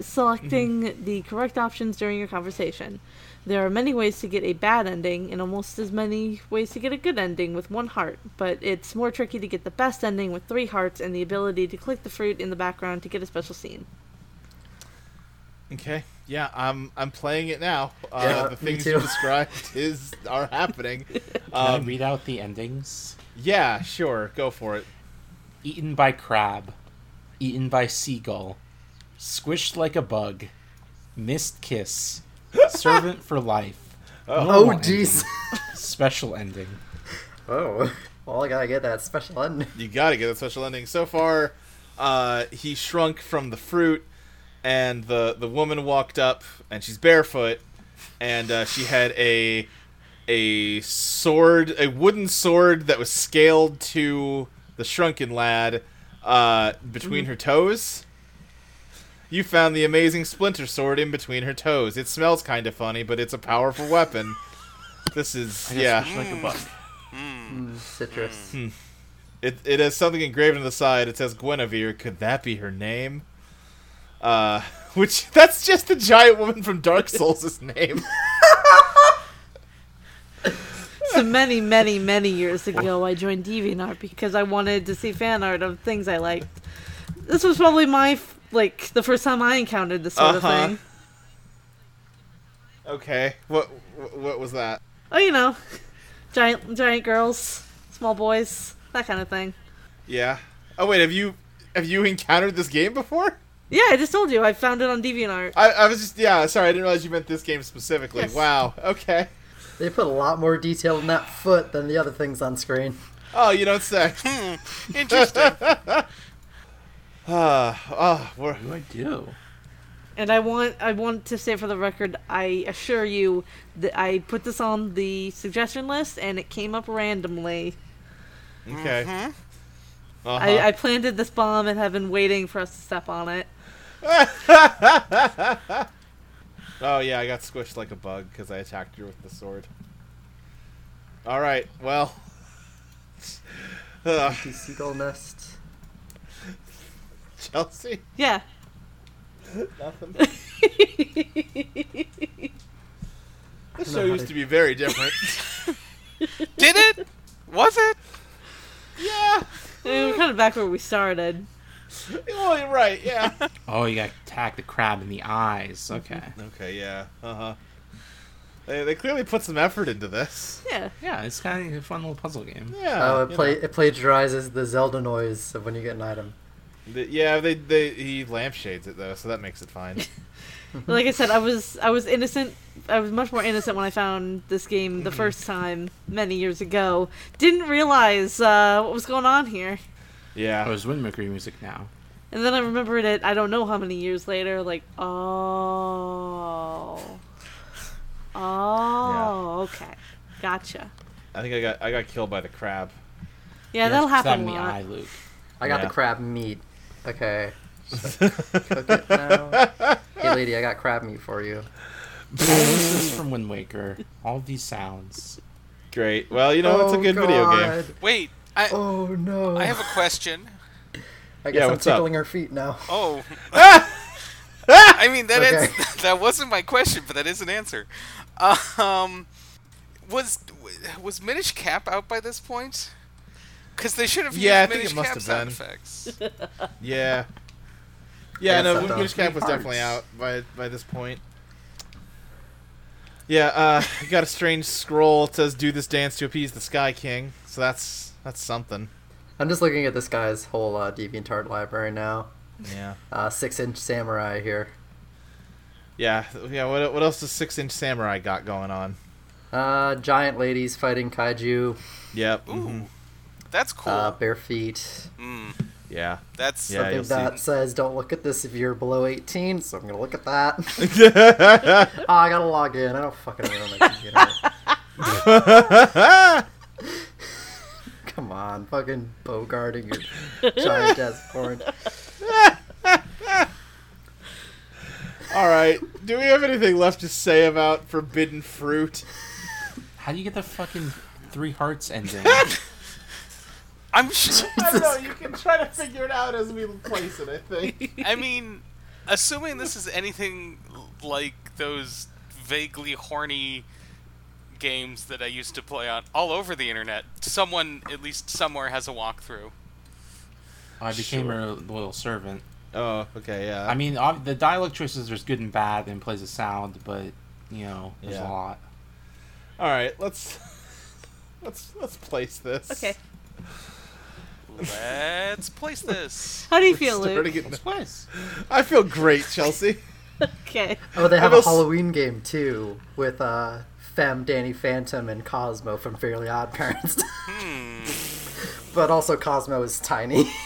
selecting the correct options during your conversation. There are many ways to get a bad ending and almost as many ways to get a good ending with one heart, but it's more tricky to get the best ending with three hearts and the ability to click the fruit in the background to get a special scene.
Okay. Yeah, I'm I'm playing it now. Uh,
Yeah,
the
me
things
too.
you described is are happening.
Can I
Um,
read out the endings?
yeah, sure, go for it.
eaten by crab, eaten by seagull, squished like a bug, missed kiss, servant for life.
Oh,
normal
jeez.
ending, Special ending.
Oh. Well, I gotta get that special ending.
You gotta get a special ending. So far, uh, he shrunk from the fruit, and the the woman walked up, and she's barefoot, and uh, she had a a sword, a wooden sword that was scaled to the shrunken lad uh, between her toes. You found the amazing splinter sword in between her toes. It smells kind of funny, but it's a powerful weapon. This is yeah.
Like a bug.
Citrus.
It, it has something engraved on the side. It says Guinevere. Could that be her name? Uh, which that's just the giant woman from Dark Souls' name.
So many, many, many years ago, I joined DeviantArt because I wanted to see fan art of things I liked. This was probably my f- like the first time I encountered this sort
Uh-huh.
of thing.
Okay, what what was that?
Oh, you know, giant, giant girls, small boys, that kind of thing.
Yeah. Oh wait, have you have you encountered this game before?
Yeah, I just told you I found it on DeviantArt.
I, I was just yeah. Sorry, I didn't realize you meant this game specifically.
Yes.
Wow. Okay.
They put a lot more detail in that foot than the other things on screen.
Oh, you don't say.
Interesting.
Ah, ah, we're
What do I do?
And I want, I want to say for the record, I assure you that I put this on the suggestion list and it came up randomly.
okay. Uh-huh.
Mm-hmm. I, I planted this bomb and have been waiting for us to step on it.
Oh yeah, I got squished like a bug because I attacked you with the sword. All right, well, uh, Ugh,
Empty seagull nest.
Chelsea,
Yeah.
nothing.
I
This show used to be very different.
Did it? Was it?
Yeah.
I mean, we're kind of back where we started.
Well, you're right. Yeah.
Oh, you got attack the crab in the eyes. Okay.
okay. Yeah. Uh huh. They, they clearly put some effort into this.
Yeah.
Yeah, it's kind of a fun little puzzle game.
Ah, Yeah.
Oh, it,
you
play,
know.
it plagiarizes the Zelda noise of when you get an item.
The- yeah. They they he lampshades it though, so that makes it fine.
Like I said, I was I was innocent. I was much more innocent when I found this game the first time many years ago. Didn't realize uh, what was going on here,
Oh,
yeah.
there's Windmaker music now.
and then I remembered it. I don't know how many years later. Like oh, oh, okay, gotcha.
I think I got I got killed by the crab.
Yeah,
Yeah,
that'll
stab
happen
in
a
the
lot.
eye, Luke.
I got
Yeah.
the crab meat. Okay. Cook it now. Hey, lady, I got crab meat for you.
this is from Wind Waker. All these sounds.
Great. Well, you know it's a
Oh,
good video game.
God.
Wait, I
Oh no!
I have a question.
I
Yeah,
guess I'm
what's up?
tickling her feet now.
Oh. I mean that
Okay.
ans- that wasn't my question, but that is an answer. Um, was was Minish Cap out by this point? Because they should have
Yeah, I think
used Minish
it must
Cap
have
sound
been.
effects.
Yeah. Yeah,
Yeah,
no,
so-
Wind Witch Cap was definitely out by by this point. Yeah, uh you got a strange scroll that says do this dance to appease the Sky King. So that's that's something.
I'm just looking at this guy's whole uh, DeviantArt library now.
Yeah.
Uh, Six Inch Samurai here.
Yeah, yeah, what what else does Six Inch Samurai got going on?
Uh, giant ladies fighting kaiju.
Yep. mhm,
Ooh, that's cool.
Uh, bare feet.
mm,
Yeah.
that's
Yeah,
Something
you'll see.
that says don't look at this if you're below 18. So I'm gonna look at that. oh, I gotta log in. I don't fucking know my computer. Come on, fucking bogarting your giant ass orange.
All right. Do we have anything left to say about Forbidden Fruit?
How do you get the fucking three hearts ending? Oh,
I'm. Sh-
I don't know. You can try to figure it out as we place it. I think.
I mean, assuming this is anything l- like those vaguely horny games that I used to play on all over the internet, someone at least somewhere has a walkthrough.
I became a loyal servant.
Oh, okay. Yeah.
I mean, ob- the dialogue choices there's good and bad and plays a sound, but you know, there's
Yeah.
a lot.
All right, let's let's let's place this.
Okay,
Let's place this.
how do you feel,
Starting
Luke?
it-
Twice.
I feel great, Chelsea.
Okay,
Oh, they have
I've
a
als-
Halloween game too with uh, Femme, Danny Phantom, and Cosmo from Fairly Odd Parents.
Hmm.
but also Cosmo is tiny.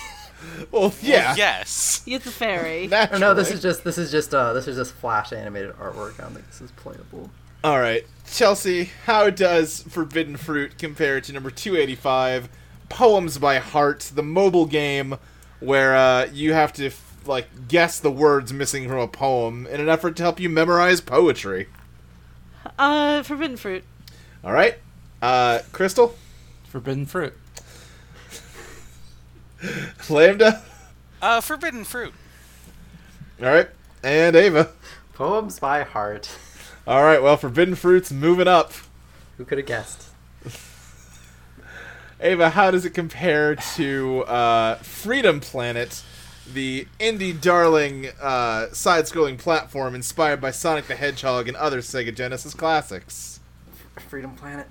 Well, yeah.
Yes.
you get the fairy.
oh no, this is just this is just uh, this is just flash animated artwork. I don't think this is playable.
All right, Chelsea. How does Forbidden Fruit compare to number two eighty five, Poems by Heart, the mobile game where uh, you have to f- like guess the words missing from a poem in an effort to help you memorize poetry?
Uh, forbidden fruit.
All right, uh, Crystal,
Forbidden fruit.
Lambda.
Uh, forbidden fruit.
All right, and Ava.
Poems by heart.
All right, well, Forbidden Fruit's moving up.
Who could have guessed?
Ava, how does it compare to uh, Freedom Planet, the indie darling uh, side-scrolling platform inspired by Sonic the Hedgehog and other Sega Genesis classics?
Freedom Planet.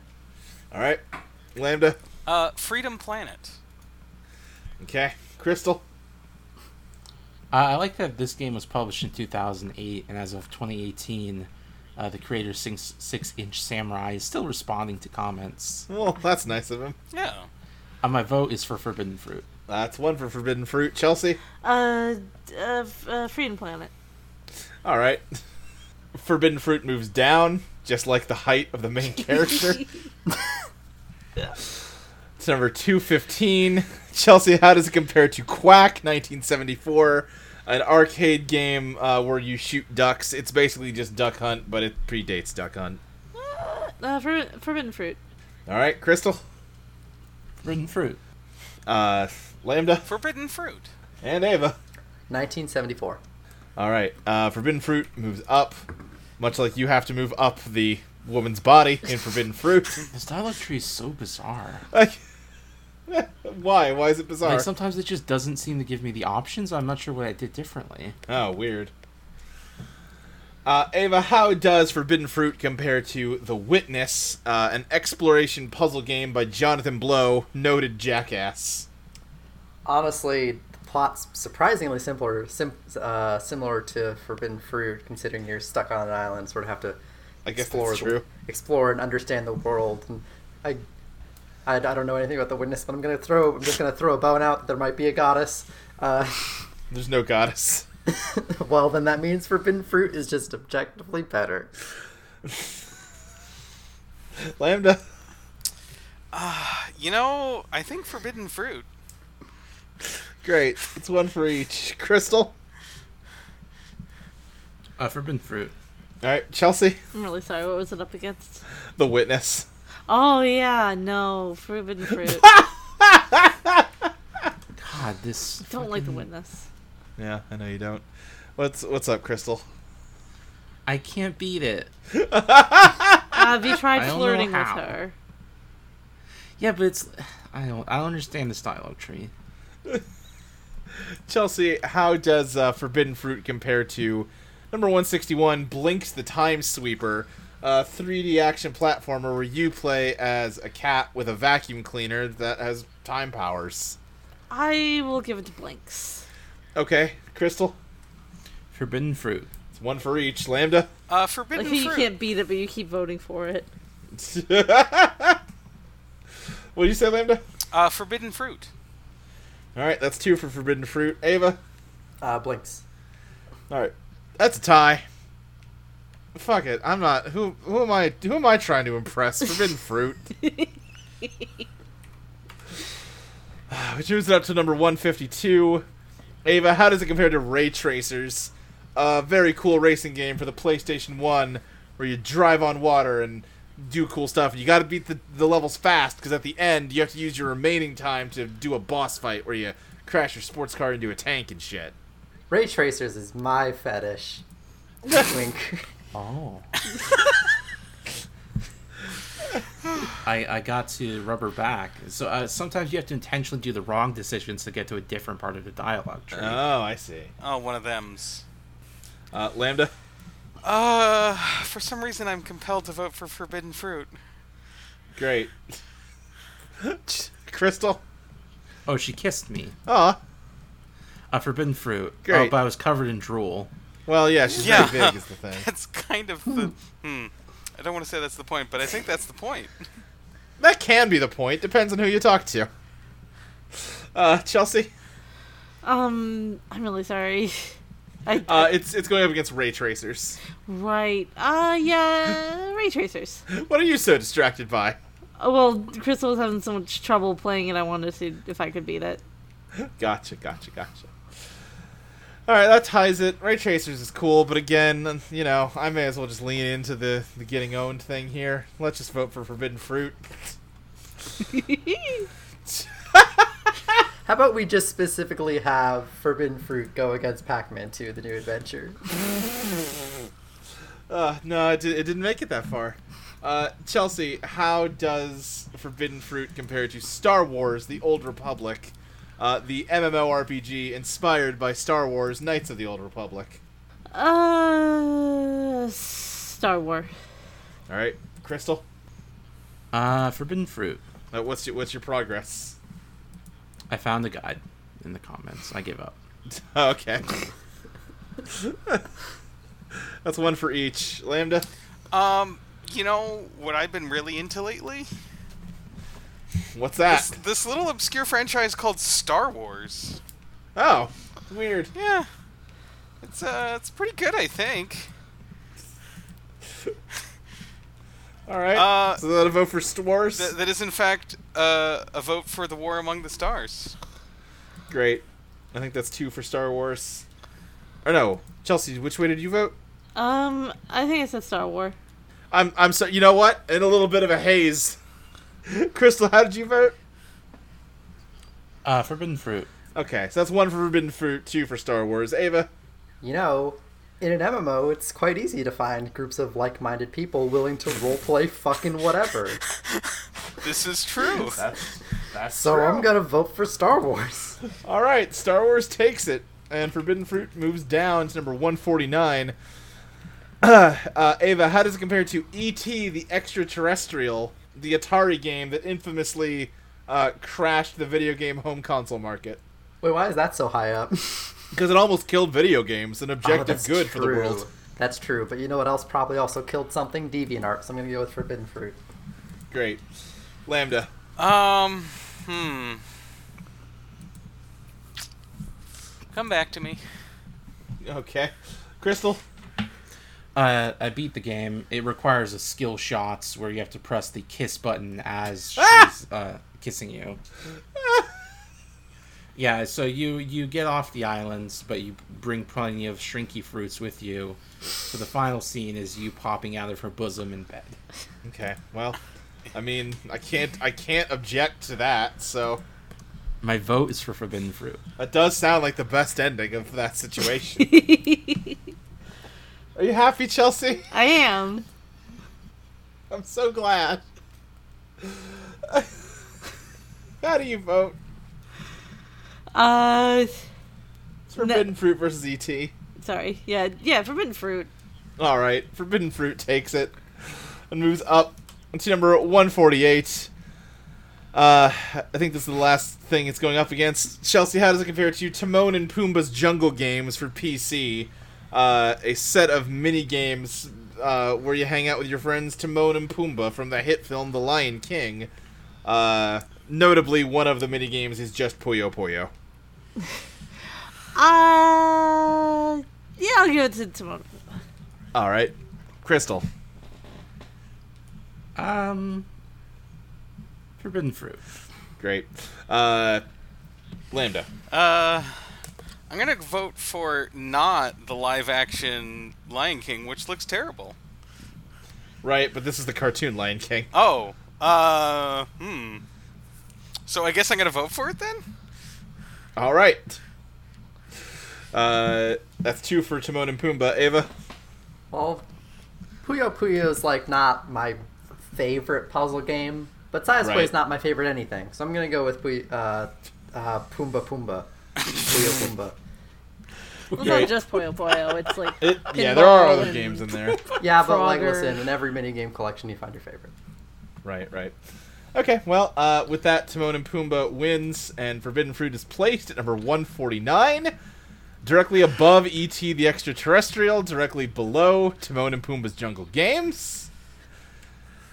All right, Lambda.
Uh, Freedom Planet.
Okay, Crystal.
Uh, I like that this game was published in 2008, and as of 2018, uh, the creator Six, Six Inch Samurai is still responding to comments.
Well, Oh, that's nice of him.
Yeah.
Uh, my vote is for Forbidden Fruit.
That's one for Forbidden Fruit. Chelsea.
Uh, uh, f- uh freedom planet.
All right. Forbidden Fruit moves down, just like the height of the main character. It's number 215. Chelsea, how does it compare to Quack 1974? An arcade game uh, where you shoot ducks. It's basically just Duck Hunt, but it predates Duck Hunt.
Uh, for- forbidden fruit.
All right, Crystal,
Forbidden Fruit.
uh, Lambda,
Forbidden fruit.
and Ava.
1974.
All right, uh, Forbidden Fruit moves up, much like you have to move up the woman's body in Forbidden Fruit.
This dialogue tree is so bizarre.
like, why? Why is it bizarre?
Like sometimes it just doesn't seem to give me the options. I'm not sure what I did differently.
Oh, weird. Uh, Ava, how does Forbidden Fruit compare to The Witness, uh, an exploration puzzle game by Jonathan Blow, noted jackass?
Honestly, the plot's surprisingly simpler, sim- uh, similar to Forbidden Fruit, considering you're stuck on an island, sort of have to
I guess
explore,
that's
the-
true.
explore and understand the world. And I, I, I don't know anything about the witness, but I'm gonna throw. I'm just gonna throw a bone out. that There might be a goddess. Uh,
There's no goddess.
well, then that means Forbidden Fruit is just objectively better.
Lambda.
You know, I think Forbidden Fruit.
Great. It's one for each. Crystal.
Uh, Forbidden Fruit.
All right, Chelsea.
I'm really sorry. What was it up against?
The Witness.
Oh yeah, no, forbidden fruit.
God, this.
Don't like the witness.
Yeah, I know you don't. What's what's up, Crystal?
I can't beat it.
Uh, Have you
I
tried
don't know
flirting with
how.
her?
Yeah, but it's. I don't. I don't understand this dialogue tree.
Chelsea, how does uh, Forbidden Fruit compare to number 161, Blinks the Time Sweeper, a 3D action platformer where you play as a cat with a vacuum cleaner that has time powers?
I will give it to Blinks.
Okay, Crystal,
Forbidden Fruit.
it's one for each. Lambda.
Uh,
Like
Forbidden
you
Fruit.
can't beat it, but you keep voting for it.
what do you say, Lambda?
Uh, Forbidden Fruit.
All right, that's two for Forbidden Fruit. Ava.
Uh, Blinks.
All right, that's a tie. Fuck it, I'm not. Who who am I? Who am I trying to impress? Forbidden fruit. Which moves it up to number 152. Ava, how does it compare to Ray Tracers? A very cool racing game for the PlayStation One, where you drive on water and do cool stuff. You got to beat the, the levels fast because at the end you have to use your remaining time to do a boss fight where you crash your sports car into a tank and shit.
Ray tracers is my fetish. Wink.
Oh. I, I got to rubber back. So uh, sometimes you have to intentionally do the wrong decisions to get to a different part of the dialogue tree.
Oh, I see.
Oh, one of them's.
Uh, Lambda.
Uh, for some reason, I'm compelled to vote for Forbidden Fruit.
Great. Crystal.
oh, she kissed me.
Aw.
Uh, forbidden fruit.
Great.
Oh, but I was covered in drool.
Well, yeah, she's
Yeah.
very big is the thing.
That's kind of the. hmm. I don't want to say that's the point, but I think that's the point.
That can be the point. Depends on who you talk to. Uh, Chelsea.
Um, I'm really sorry. I,
Uh, it's it's going up against ray tracers.
right. Uh, yeah, ray tracers.
What are you so distracted by?
Oh, well, Crystal was having so much trouble playing it. I wanted to see if I could beat it.
Gotcha, gotcha, gotcha. All right, that ties it. Ray tracers is cool, but again, you know, I may as well just lean into the the getting owned thing here. Let's just vote for forbidden fruit.
How about we just specifically have Forbidden Fruit go against Pac-Man 2: The New Adventure?
Uh, no, it, di- it didn't make it that far. Uh, Chelsea, how does Forbidden Fruit compare to Star Wars: The Old Republic, uh, the MMORPG inspired by Star Wars: Knights of the Old Republic?
Uh, Star Wars.
All right, Crystal,
Uh, forbidden fruit.
uh, what's your, what's your progress?
I found a guide in the comments. I give up.
Okay, that's one for each. Lambda,
Um, you know what I've been really into lately?
what's
This,
that?
this little obscure franchise called Star Wars.
Oh, weird.
Yeah. It's, uh, it's pretty good, I think.
All right,
Uh,
so that a vote for Star Wars?
Th- that is, in fact, uh, a vote for The War Among the Stars.
Great. I think that's two for Star Wars. Or no, Chelsea, which way did you vote?
Um, I think it said Star Wars.
I'm I'm so you know what? In a little bit of a haze. Crystal, how did you vote?
Uh, forbidden fruit.
Okay, so that's one for Forbidden Fruit, two for Star Wars. Ava,
You know, in an MMO, it's quite easy to find groups of like-minded people willing to roleplay fucking whatever.
This is true.
That's that's
So
true.
I'm gonna vote for Star Wars.
All right, Star Wars takes it, and Forbidden Fruit moves down to number 149. uh, Ava, how does it compare to E.T. the Extraterrestrial, the Atari game that infamously uh, crashed the video game home console market?
Wait, why is that so high up?
Because it almost killed video games, an
Oh,
objective
that's
good for the
true.
world.
That's true, but you know what else probably also killed something? DeviantArt, so I'm gonna go with Forbidden Fruit.
Great. Lambda.
Um, hmm. Come back to me.
Okay. Crystal.
Uh, I beat the game. It requires a skill shots where you have to press the kiss button as she's
Ah!
uh, kissing you. yeah, so you you get off the islands, but you bring plenty of shrinky fruits with you. So the final scene is you popping out of her bosom in bed.
Okay. Well, I mean, I can't I can't object to that, so
My vote is for Forbidden Fruit.
that does sound like the best ending of that situation. Are you happy, Chelsea?
I am.
I'm so glad. How do you vote?
Uh,
It's Forbidden Fruit versus E ET.
sorry. Yeah, yeah. Forbidden fruit.
All right, Forbidden Fruit takes it and moves up to number 148. Uh, I think this is the last thing it's going up against. Chelsea, how does it compare to Timon and Pumbaa's Jungle Games for PC? Uh, a set of mini games uh, where you hang out with your friends Timon and Pumbaa from the hit film The Lion King. Uh, notably, one of the mini games is just Puyo Puyo.
Uh, yeah. I'll give it to Timon.
All right, Crystal.
Um, Forbidden Fruit.
Great. Uh, Lambda.
Uh, I'm gonna vote for not the live-action Lion King, which looks terrible.
Right, but this is the cartoon Lion King.
Oh, uh, hmm. So I guess I'm gonna vote for it then.
All right. Uh, that's two for Timon and Pumbaa. Ava.
Well, Puyo Puyo's like not my favorite puzzle game, but Size Play
Right.
is not my favorite anything. So I'm gonna go with Puy- uh, uh, Pumba Pumba, Puyo Pumba.
It's
Great.
not just Puyo Puyo. It's like
It, yeah, there are other
Pinball
games in there.
Yeah, but like,
Frogger.
listen, in every minigame collection, you find your favorite.
right, right. Okay, well, uh, with that, Timon and Pumbaa wins, and Forbidden Fruit is placed at number 149. Directly above E.T. the Extraterrestrial, directly below Timon and Pumbaa's Jungle Games.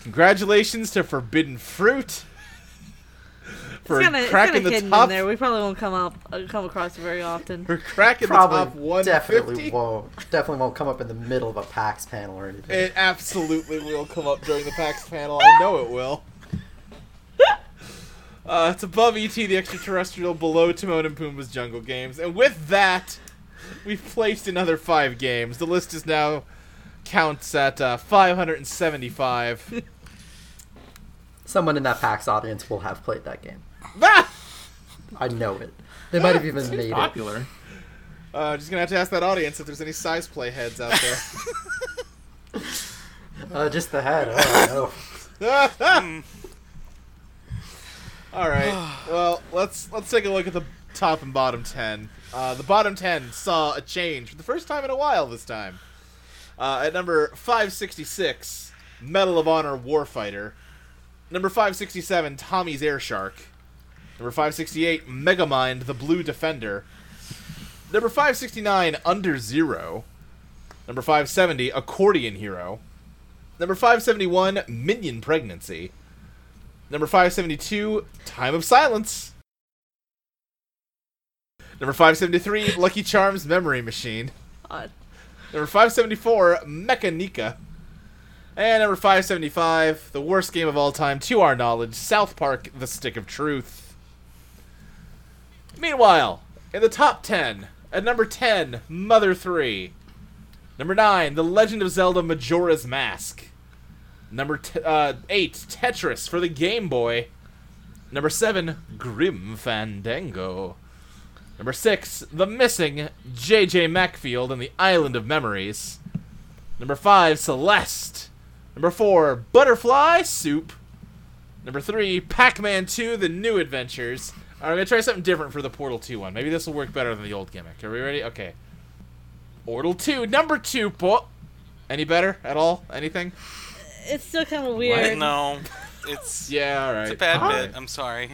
Congratulations to Forbidden Fruit for
it's kinda, it's
cracking
kinda
the
hidden
top
in there. We probably won't come up, uh, come across very often.
We're cracking the top
Probably,
150.
definitely won't, definitely won't come up in the middle of a PAX panel or anything.
It absolutely will come up during the PAX panel. I know it will. Uh, it's above ET the Extraterrestrial, below Timon and Pumbaa's Jungle Games, and with that, we've placed another five games. The list is now counts at uh, 575.
Someone in that PAX audience will have played that game.
ah!
I know it. They might have even made it.
Popular.
Uh, just gonna have to ask that audience if there's any size play heads out there.
Uh, just the head. Oh,
All right. Well, let's let's take a look at the top and bottom ten. Uh, the bottom ten saw a change for the first time in a while this time. Uh, at number 566, Medal of Honor Warfighter. Number 567, Tommy's Air Shark. Number 568, Megamind the Blue Defender. Number 569, Under Zero. Number 570, Accordion Hero. Number 571, Minion Pregnancy. Number 572, Time of Silence. Number 573, Lucky Charms Memory Machine.
God.
Number 574, Mechanica. And number 575, the worst game of all time, to our knowledge, South Park The Stick of Truth. Meanwhile, in the top 10, at number 10, Mother 3. Number 9, The Legend of Zelda Majora's Mask. Number t- uh, 8, Tetris for the Game Boy. Number 7, Grim Fandango. Number six, The Missing, J.J. Macfield and the Island of Memories. Number five, Celeste. Number four, Butterfly Soup. Number three, Pac Man 2 The New Adventures. Alright, I'm going to try something different for the Portal 2 one. Maybe this will work better than the old gimmick. Are we ready? Okay. Portal 2, number 2. Po- Any better at all? Anything?
It's still kind of weird.
No, it's
Yeah, alright.
it's a bad
alright.
bit. I'm sorry.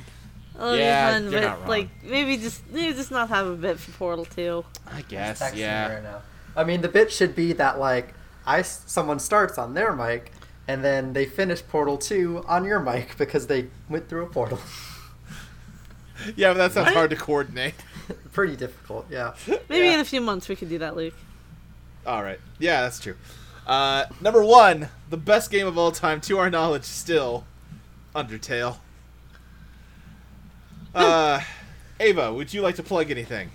Oh,
Yeah,
man,
you're
but,
not wrong.
like maybe just maybe just not have a bit for Portal Two.
I
He's
guess,
texting me
yeah.
right now. I mean, the bit should be that like I s- someone starts on their mic and then they finish Portal Two on your mic because they went through a portal.
Yeah, but that sounds
What?
hard to coordinate.
Pretty difficult, yeah.
Maybe
Yeah.
in a few months we could do that, Luke.
All right. Yeah, that's true. Uh, number one, the best game of all time, to our knowledge, still Undertale. Uh, Ava, would you like to plug anything?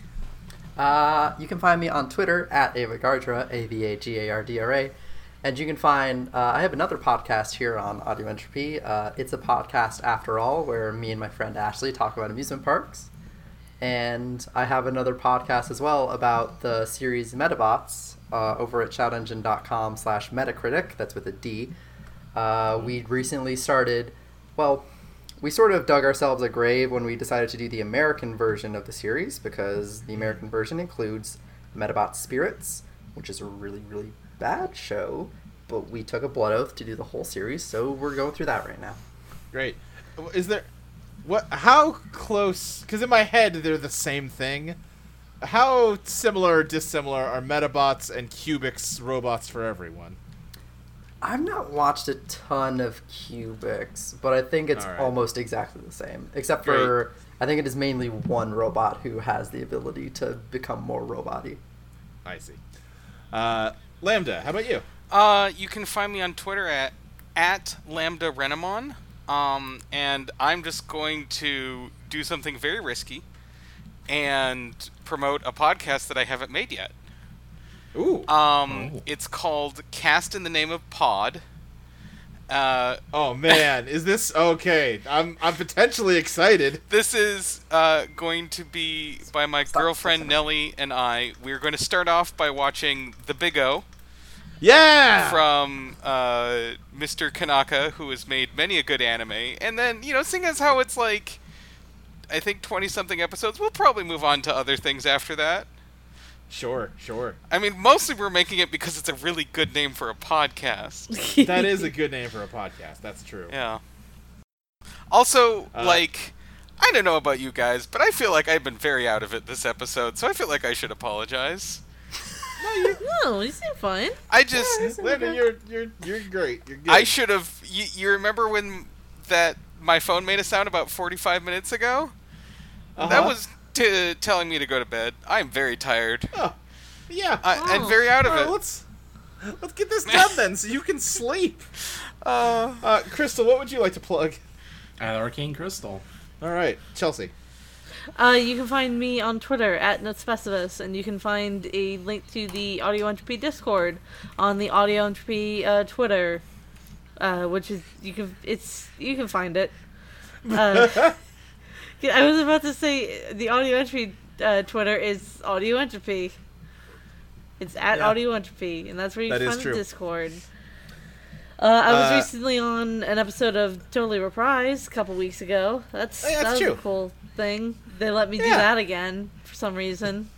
Uh, you can find me on Twitter at Ava Gardra, A V A G A R D R A. And you can find, uh, I have another podcast here on Audio Entropy. Uh, it's a podcast, after all, where me and my friend Ashley talk about amusement parks. And I have another podcast as well about the series Metabots uh, over at shoutengine.com slash Metacritic. That's with a D. Uh, we recently started, well, we sort of dug ourselves a grave when we decided to do the American version of the series because the American version includes Metabot Spirits, which is a really, really bad show. But we took a blood oath to do the whole series, so we're going through that right now.
Great. Is there what? How close? Because in my head, they're the same thing. How similar or dissimilar are Metabots and Cubics robots for everyone?
I've not watched a ton of Cubics, but I think it's
All right.
almost exactly the same, except for I think it is mainly one robot who has the ability to become more roboty.
I see. Uh, Lambda, how about you?
Uh, you can find me on Twitter at at lambda renamon. Um, and I'm just going to do something very risky and promote a podcast that I haven't made yet.
Ooh.
Um,
Oh.
it's called Cast in the Name of Pod. Uh,
oh man, is this okay? I'm I'm potentially excited.
this is uh, going to be by my
Stop.
girlfriend Nellie and I. We're going to start off by watching The Big O
Yeah.
from uh, Mr. Kanaka, who has made many a good anime. And then, you know, seeing as how it's like, I think 20 something episodes, we'll probably move on to other things after that.
Sure, sure.
I mean, mostly we're making it because it's a really good name for a podcast.
That is a good name for a podcast. That's true.
Yeah. Also,
Uh,
like, I don't know about you guys, but I feel like I've been very out of it this episode, so I feel like I should apologize.
no, you seem fine.
I just,
Landon, you're you're you're great. You're good.
I should have. You, you remember when that my phone made a sound about 45 minutes ago? That
Uh-huh.
was t- telling me to go to bed. I'm very tired.
Oh, yeah.
I,
Oh.
I'm very out
All right,
of it.
let's let's get this done then, so you can sleep. Uh, uh, Crystal, what would you like to plug?
At Arcane Crystal.
All right, Chelsea.
Uh, you can find me on Twitter at nutspecifist, and you can find a link to the Audio Entropy Discord on the Audio Entropy uh, Twitter, uh, which is you can it's you can find it. Uh, yeah, I was about to say the Audio Entropy uh, Twitter is Audio Entropy. It's at
Yeah.
Audio Entropy, and that's where you
That
can
is
find the
true.
Discord. Uh, I was
Uh,
recently on an episode of Totally Reprised a couple weeks ago. That's
Oh, yeah,
that
that's
was a
true.
cool thing. They let me do
Yeah.
that again for some reason.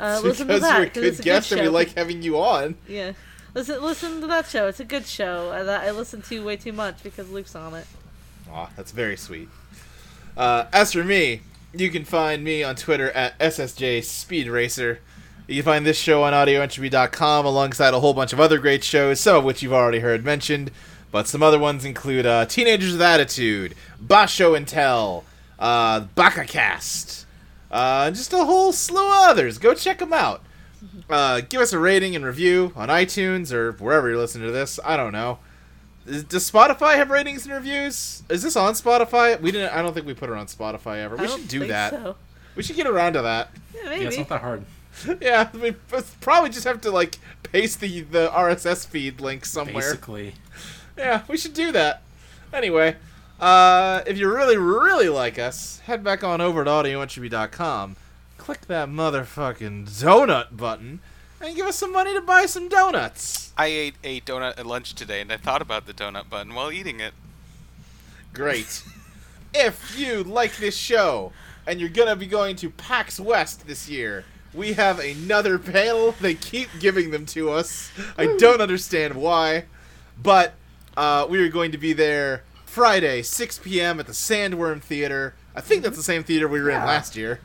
Uh,
It's
listen to
because
that
you're a
'cause
good
it's a
guest,
good
and we
show.
like having you on.
Yeah, listen, listen to that show. It's a good show uh, that I listen to way too much because Luke's on it.
Aw, that's very sweet. Uh, as for me, you can find me on Twitter at SSJ Speed Racer. You can find this show on audioentropy.com alongside a whole bunch of other great shows, some of which you've already heard mentioned, but some other ones include uh, Teenagers with Attitude, Basho and Tell, uh, Bakacast, uh, and just a whole slew of others. Go check them out. Uh, give us a rating and review on iTunes or wherever you're listening to this. I don't know. Is- Does Spotify have ratings and reviews? Is this on Spotify? We didn't. I don't think we put it on Spotify ever.
I
We
don't
should do
think
that.
So.
We should get around to that.
Yeah,
Yeah, it's
maybe.
not that hard.
yeah, we probably just have to like paste the the RSS feed link somewhere.
Basically.
Yeah, we should do that. Anyway, uh, if you really, really like us, head back on over to audioentropy.com click that motherfucking donut button and give us some money to buy some donuts.
I ate a donut at lunch today, and I thought about the donut button while eating it.
Great. if you like this show and you're gonna be going to PAX West this year, we have another panel. They keep giving them to us. I don't understand why, but uh, we are going to be there Friday, 6 p.m. at the Sandworm Theater. I think that's the same theater we were in
Yeah.
last year.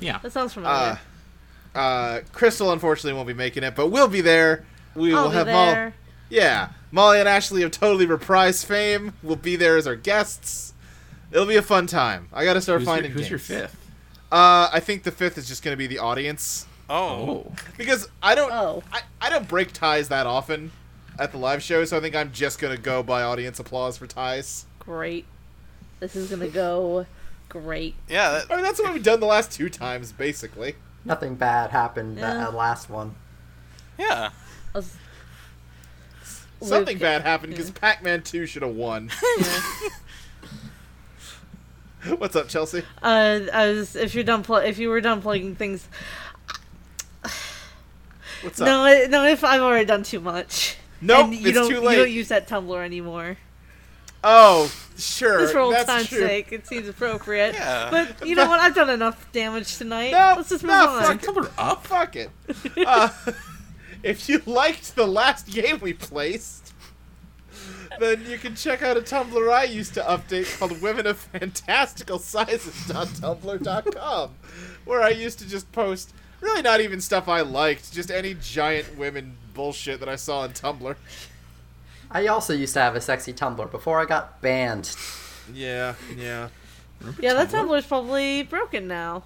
Yeah.
That sounds familiar.
Uh, uh, Crystal unfortunately won't be making it, but we'll be there. We
I'll
will
be
have Molly.
there.
Yeah, Molly and Ashley of Totally Reprise fame will be there as our guests. It'll be a fun time. I got to start
Who's, your,
finding.
who's your
games.
fifth?
Uh, I think the fifth is just going to be the audience
Oh,
Oh.
because I don't.
Oh.
I, I don't break ties that often at the live show, so I think I'm just going to go by audience applause for ties.
Great. This is gonna go great.
yeah. That,
I mean, that's what we've done the last two times, basically.
Nothing bad happened that
Yeah.
that last one.
yeah.
I was-
Something
Luke-
bad happened because Pac-Man Two should have won. What's up, Chelsea?
Uh, I was if you're done pl- if you were done plugging things.
What's
No,
up?
I, no. If I've already done too much.
Nope,
And you
it's
don't,
too
You
late.
don't use that Tumblr anymore.
Oh, sure.
Just for old
that's
time's
true.
sake, it seems appropriate.
Yeah.
But you know what? I've done enough damage tonight.
No,
Let's just move
no,
on.
fuck.
Cover up.
Fuck it. Uh, if you liked the last game we placed, then you can check out a Tumblr I used to update called Women of Fantastical Sizes.tumblr.com, where I used to just post really not even stuff I liked, just any giant women bullshit that I saw on Tumblr.
I also used to have a sexy Tumblr before I got banned.
Yeah, yeah.
Yeah, that Tumblr's probably broken now.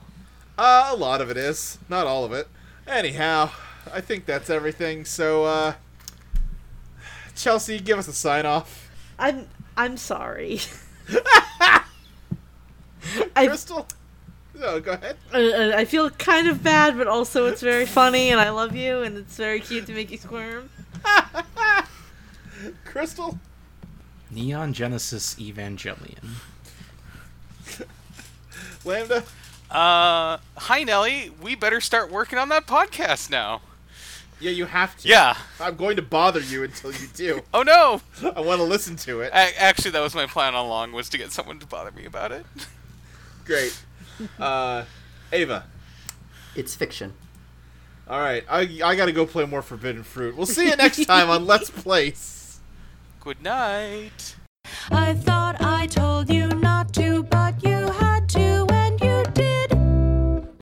Uh, a lot of it is. Not all of it. Anyhow, I think that's everything. So, uh, Chelsea, give us a sign off.
I'm I'm sorry. I
Crystal? No, go ahead.
uh, I feel kind of bad, but also it's very funny, and I love you, and it's very cute to make you squirm.
Crystal?
Neon Genesis Evangelion.
Lambda?
Uh, hi Nelly. We better start working on that podcast now.
Yeah, you have to.
Yeah.
I'm going to bother you until you do.
Oh no.
I want to listen to it.
A- actually, that was my plan all along was to get someone to bother me about it.
Great. Uh, Ava.
It's fiction.
All right, I, I gotta go play more Forbidden Fruit. We'll see you next time on Let's Place.
Good night.
I thought.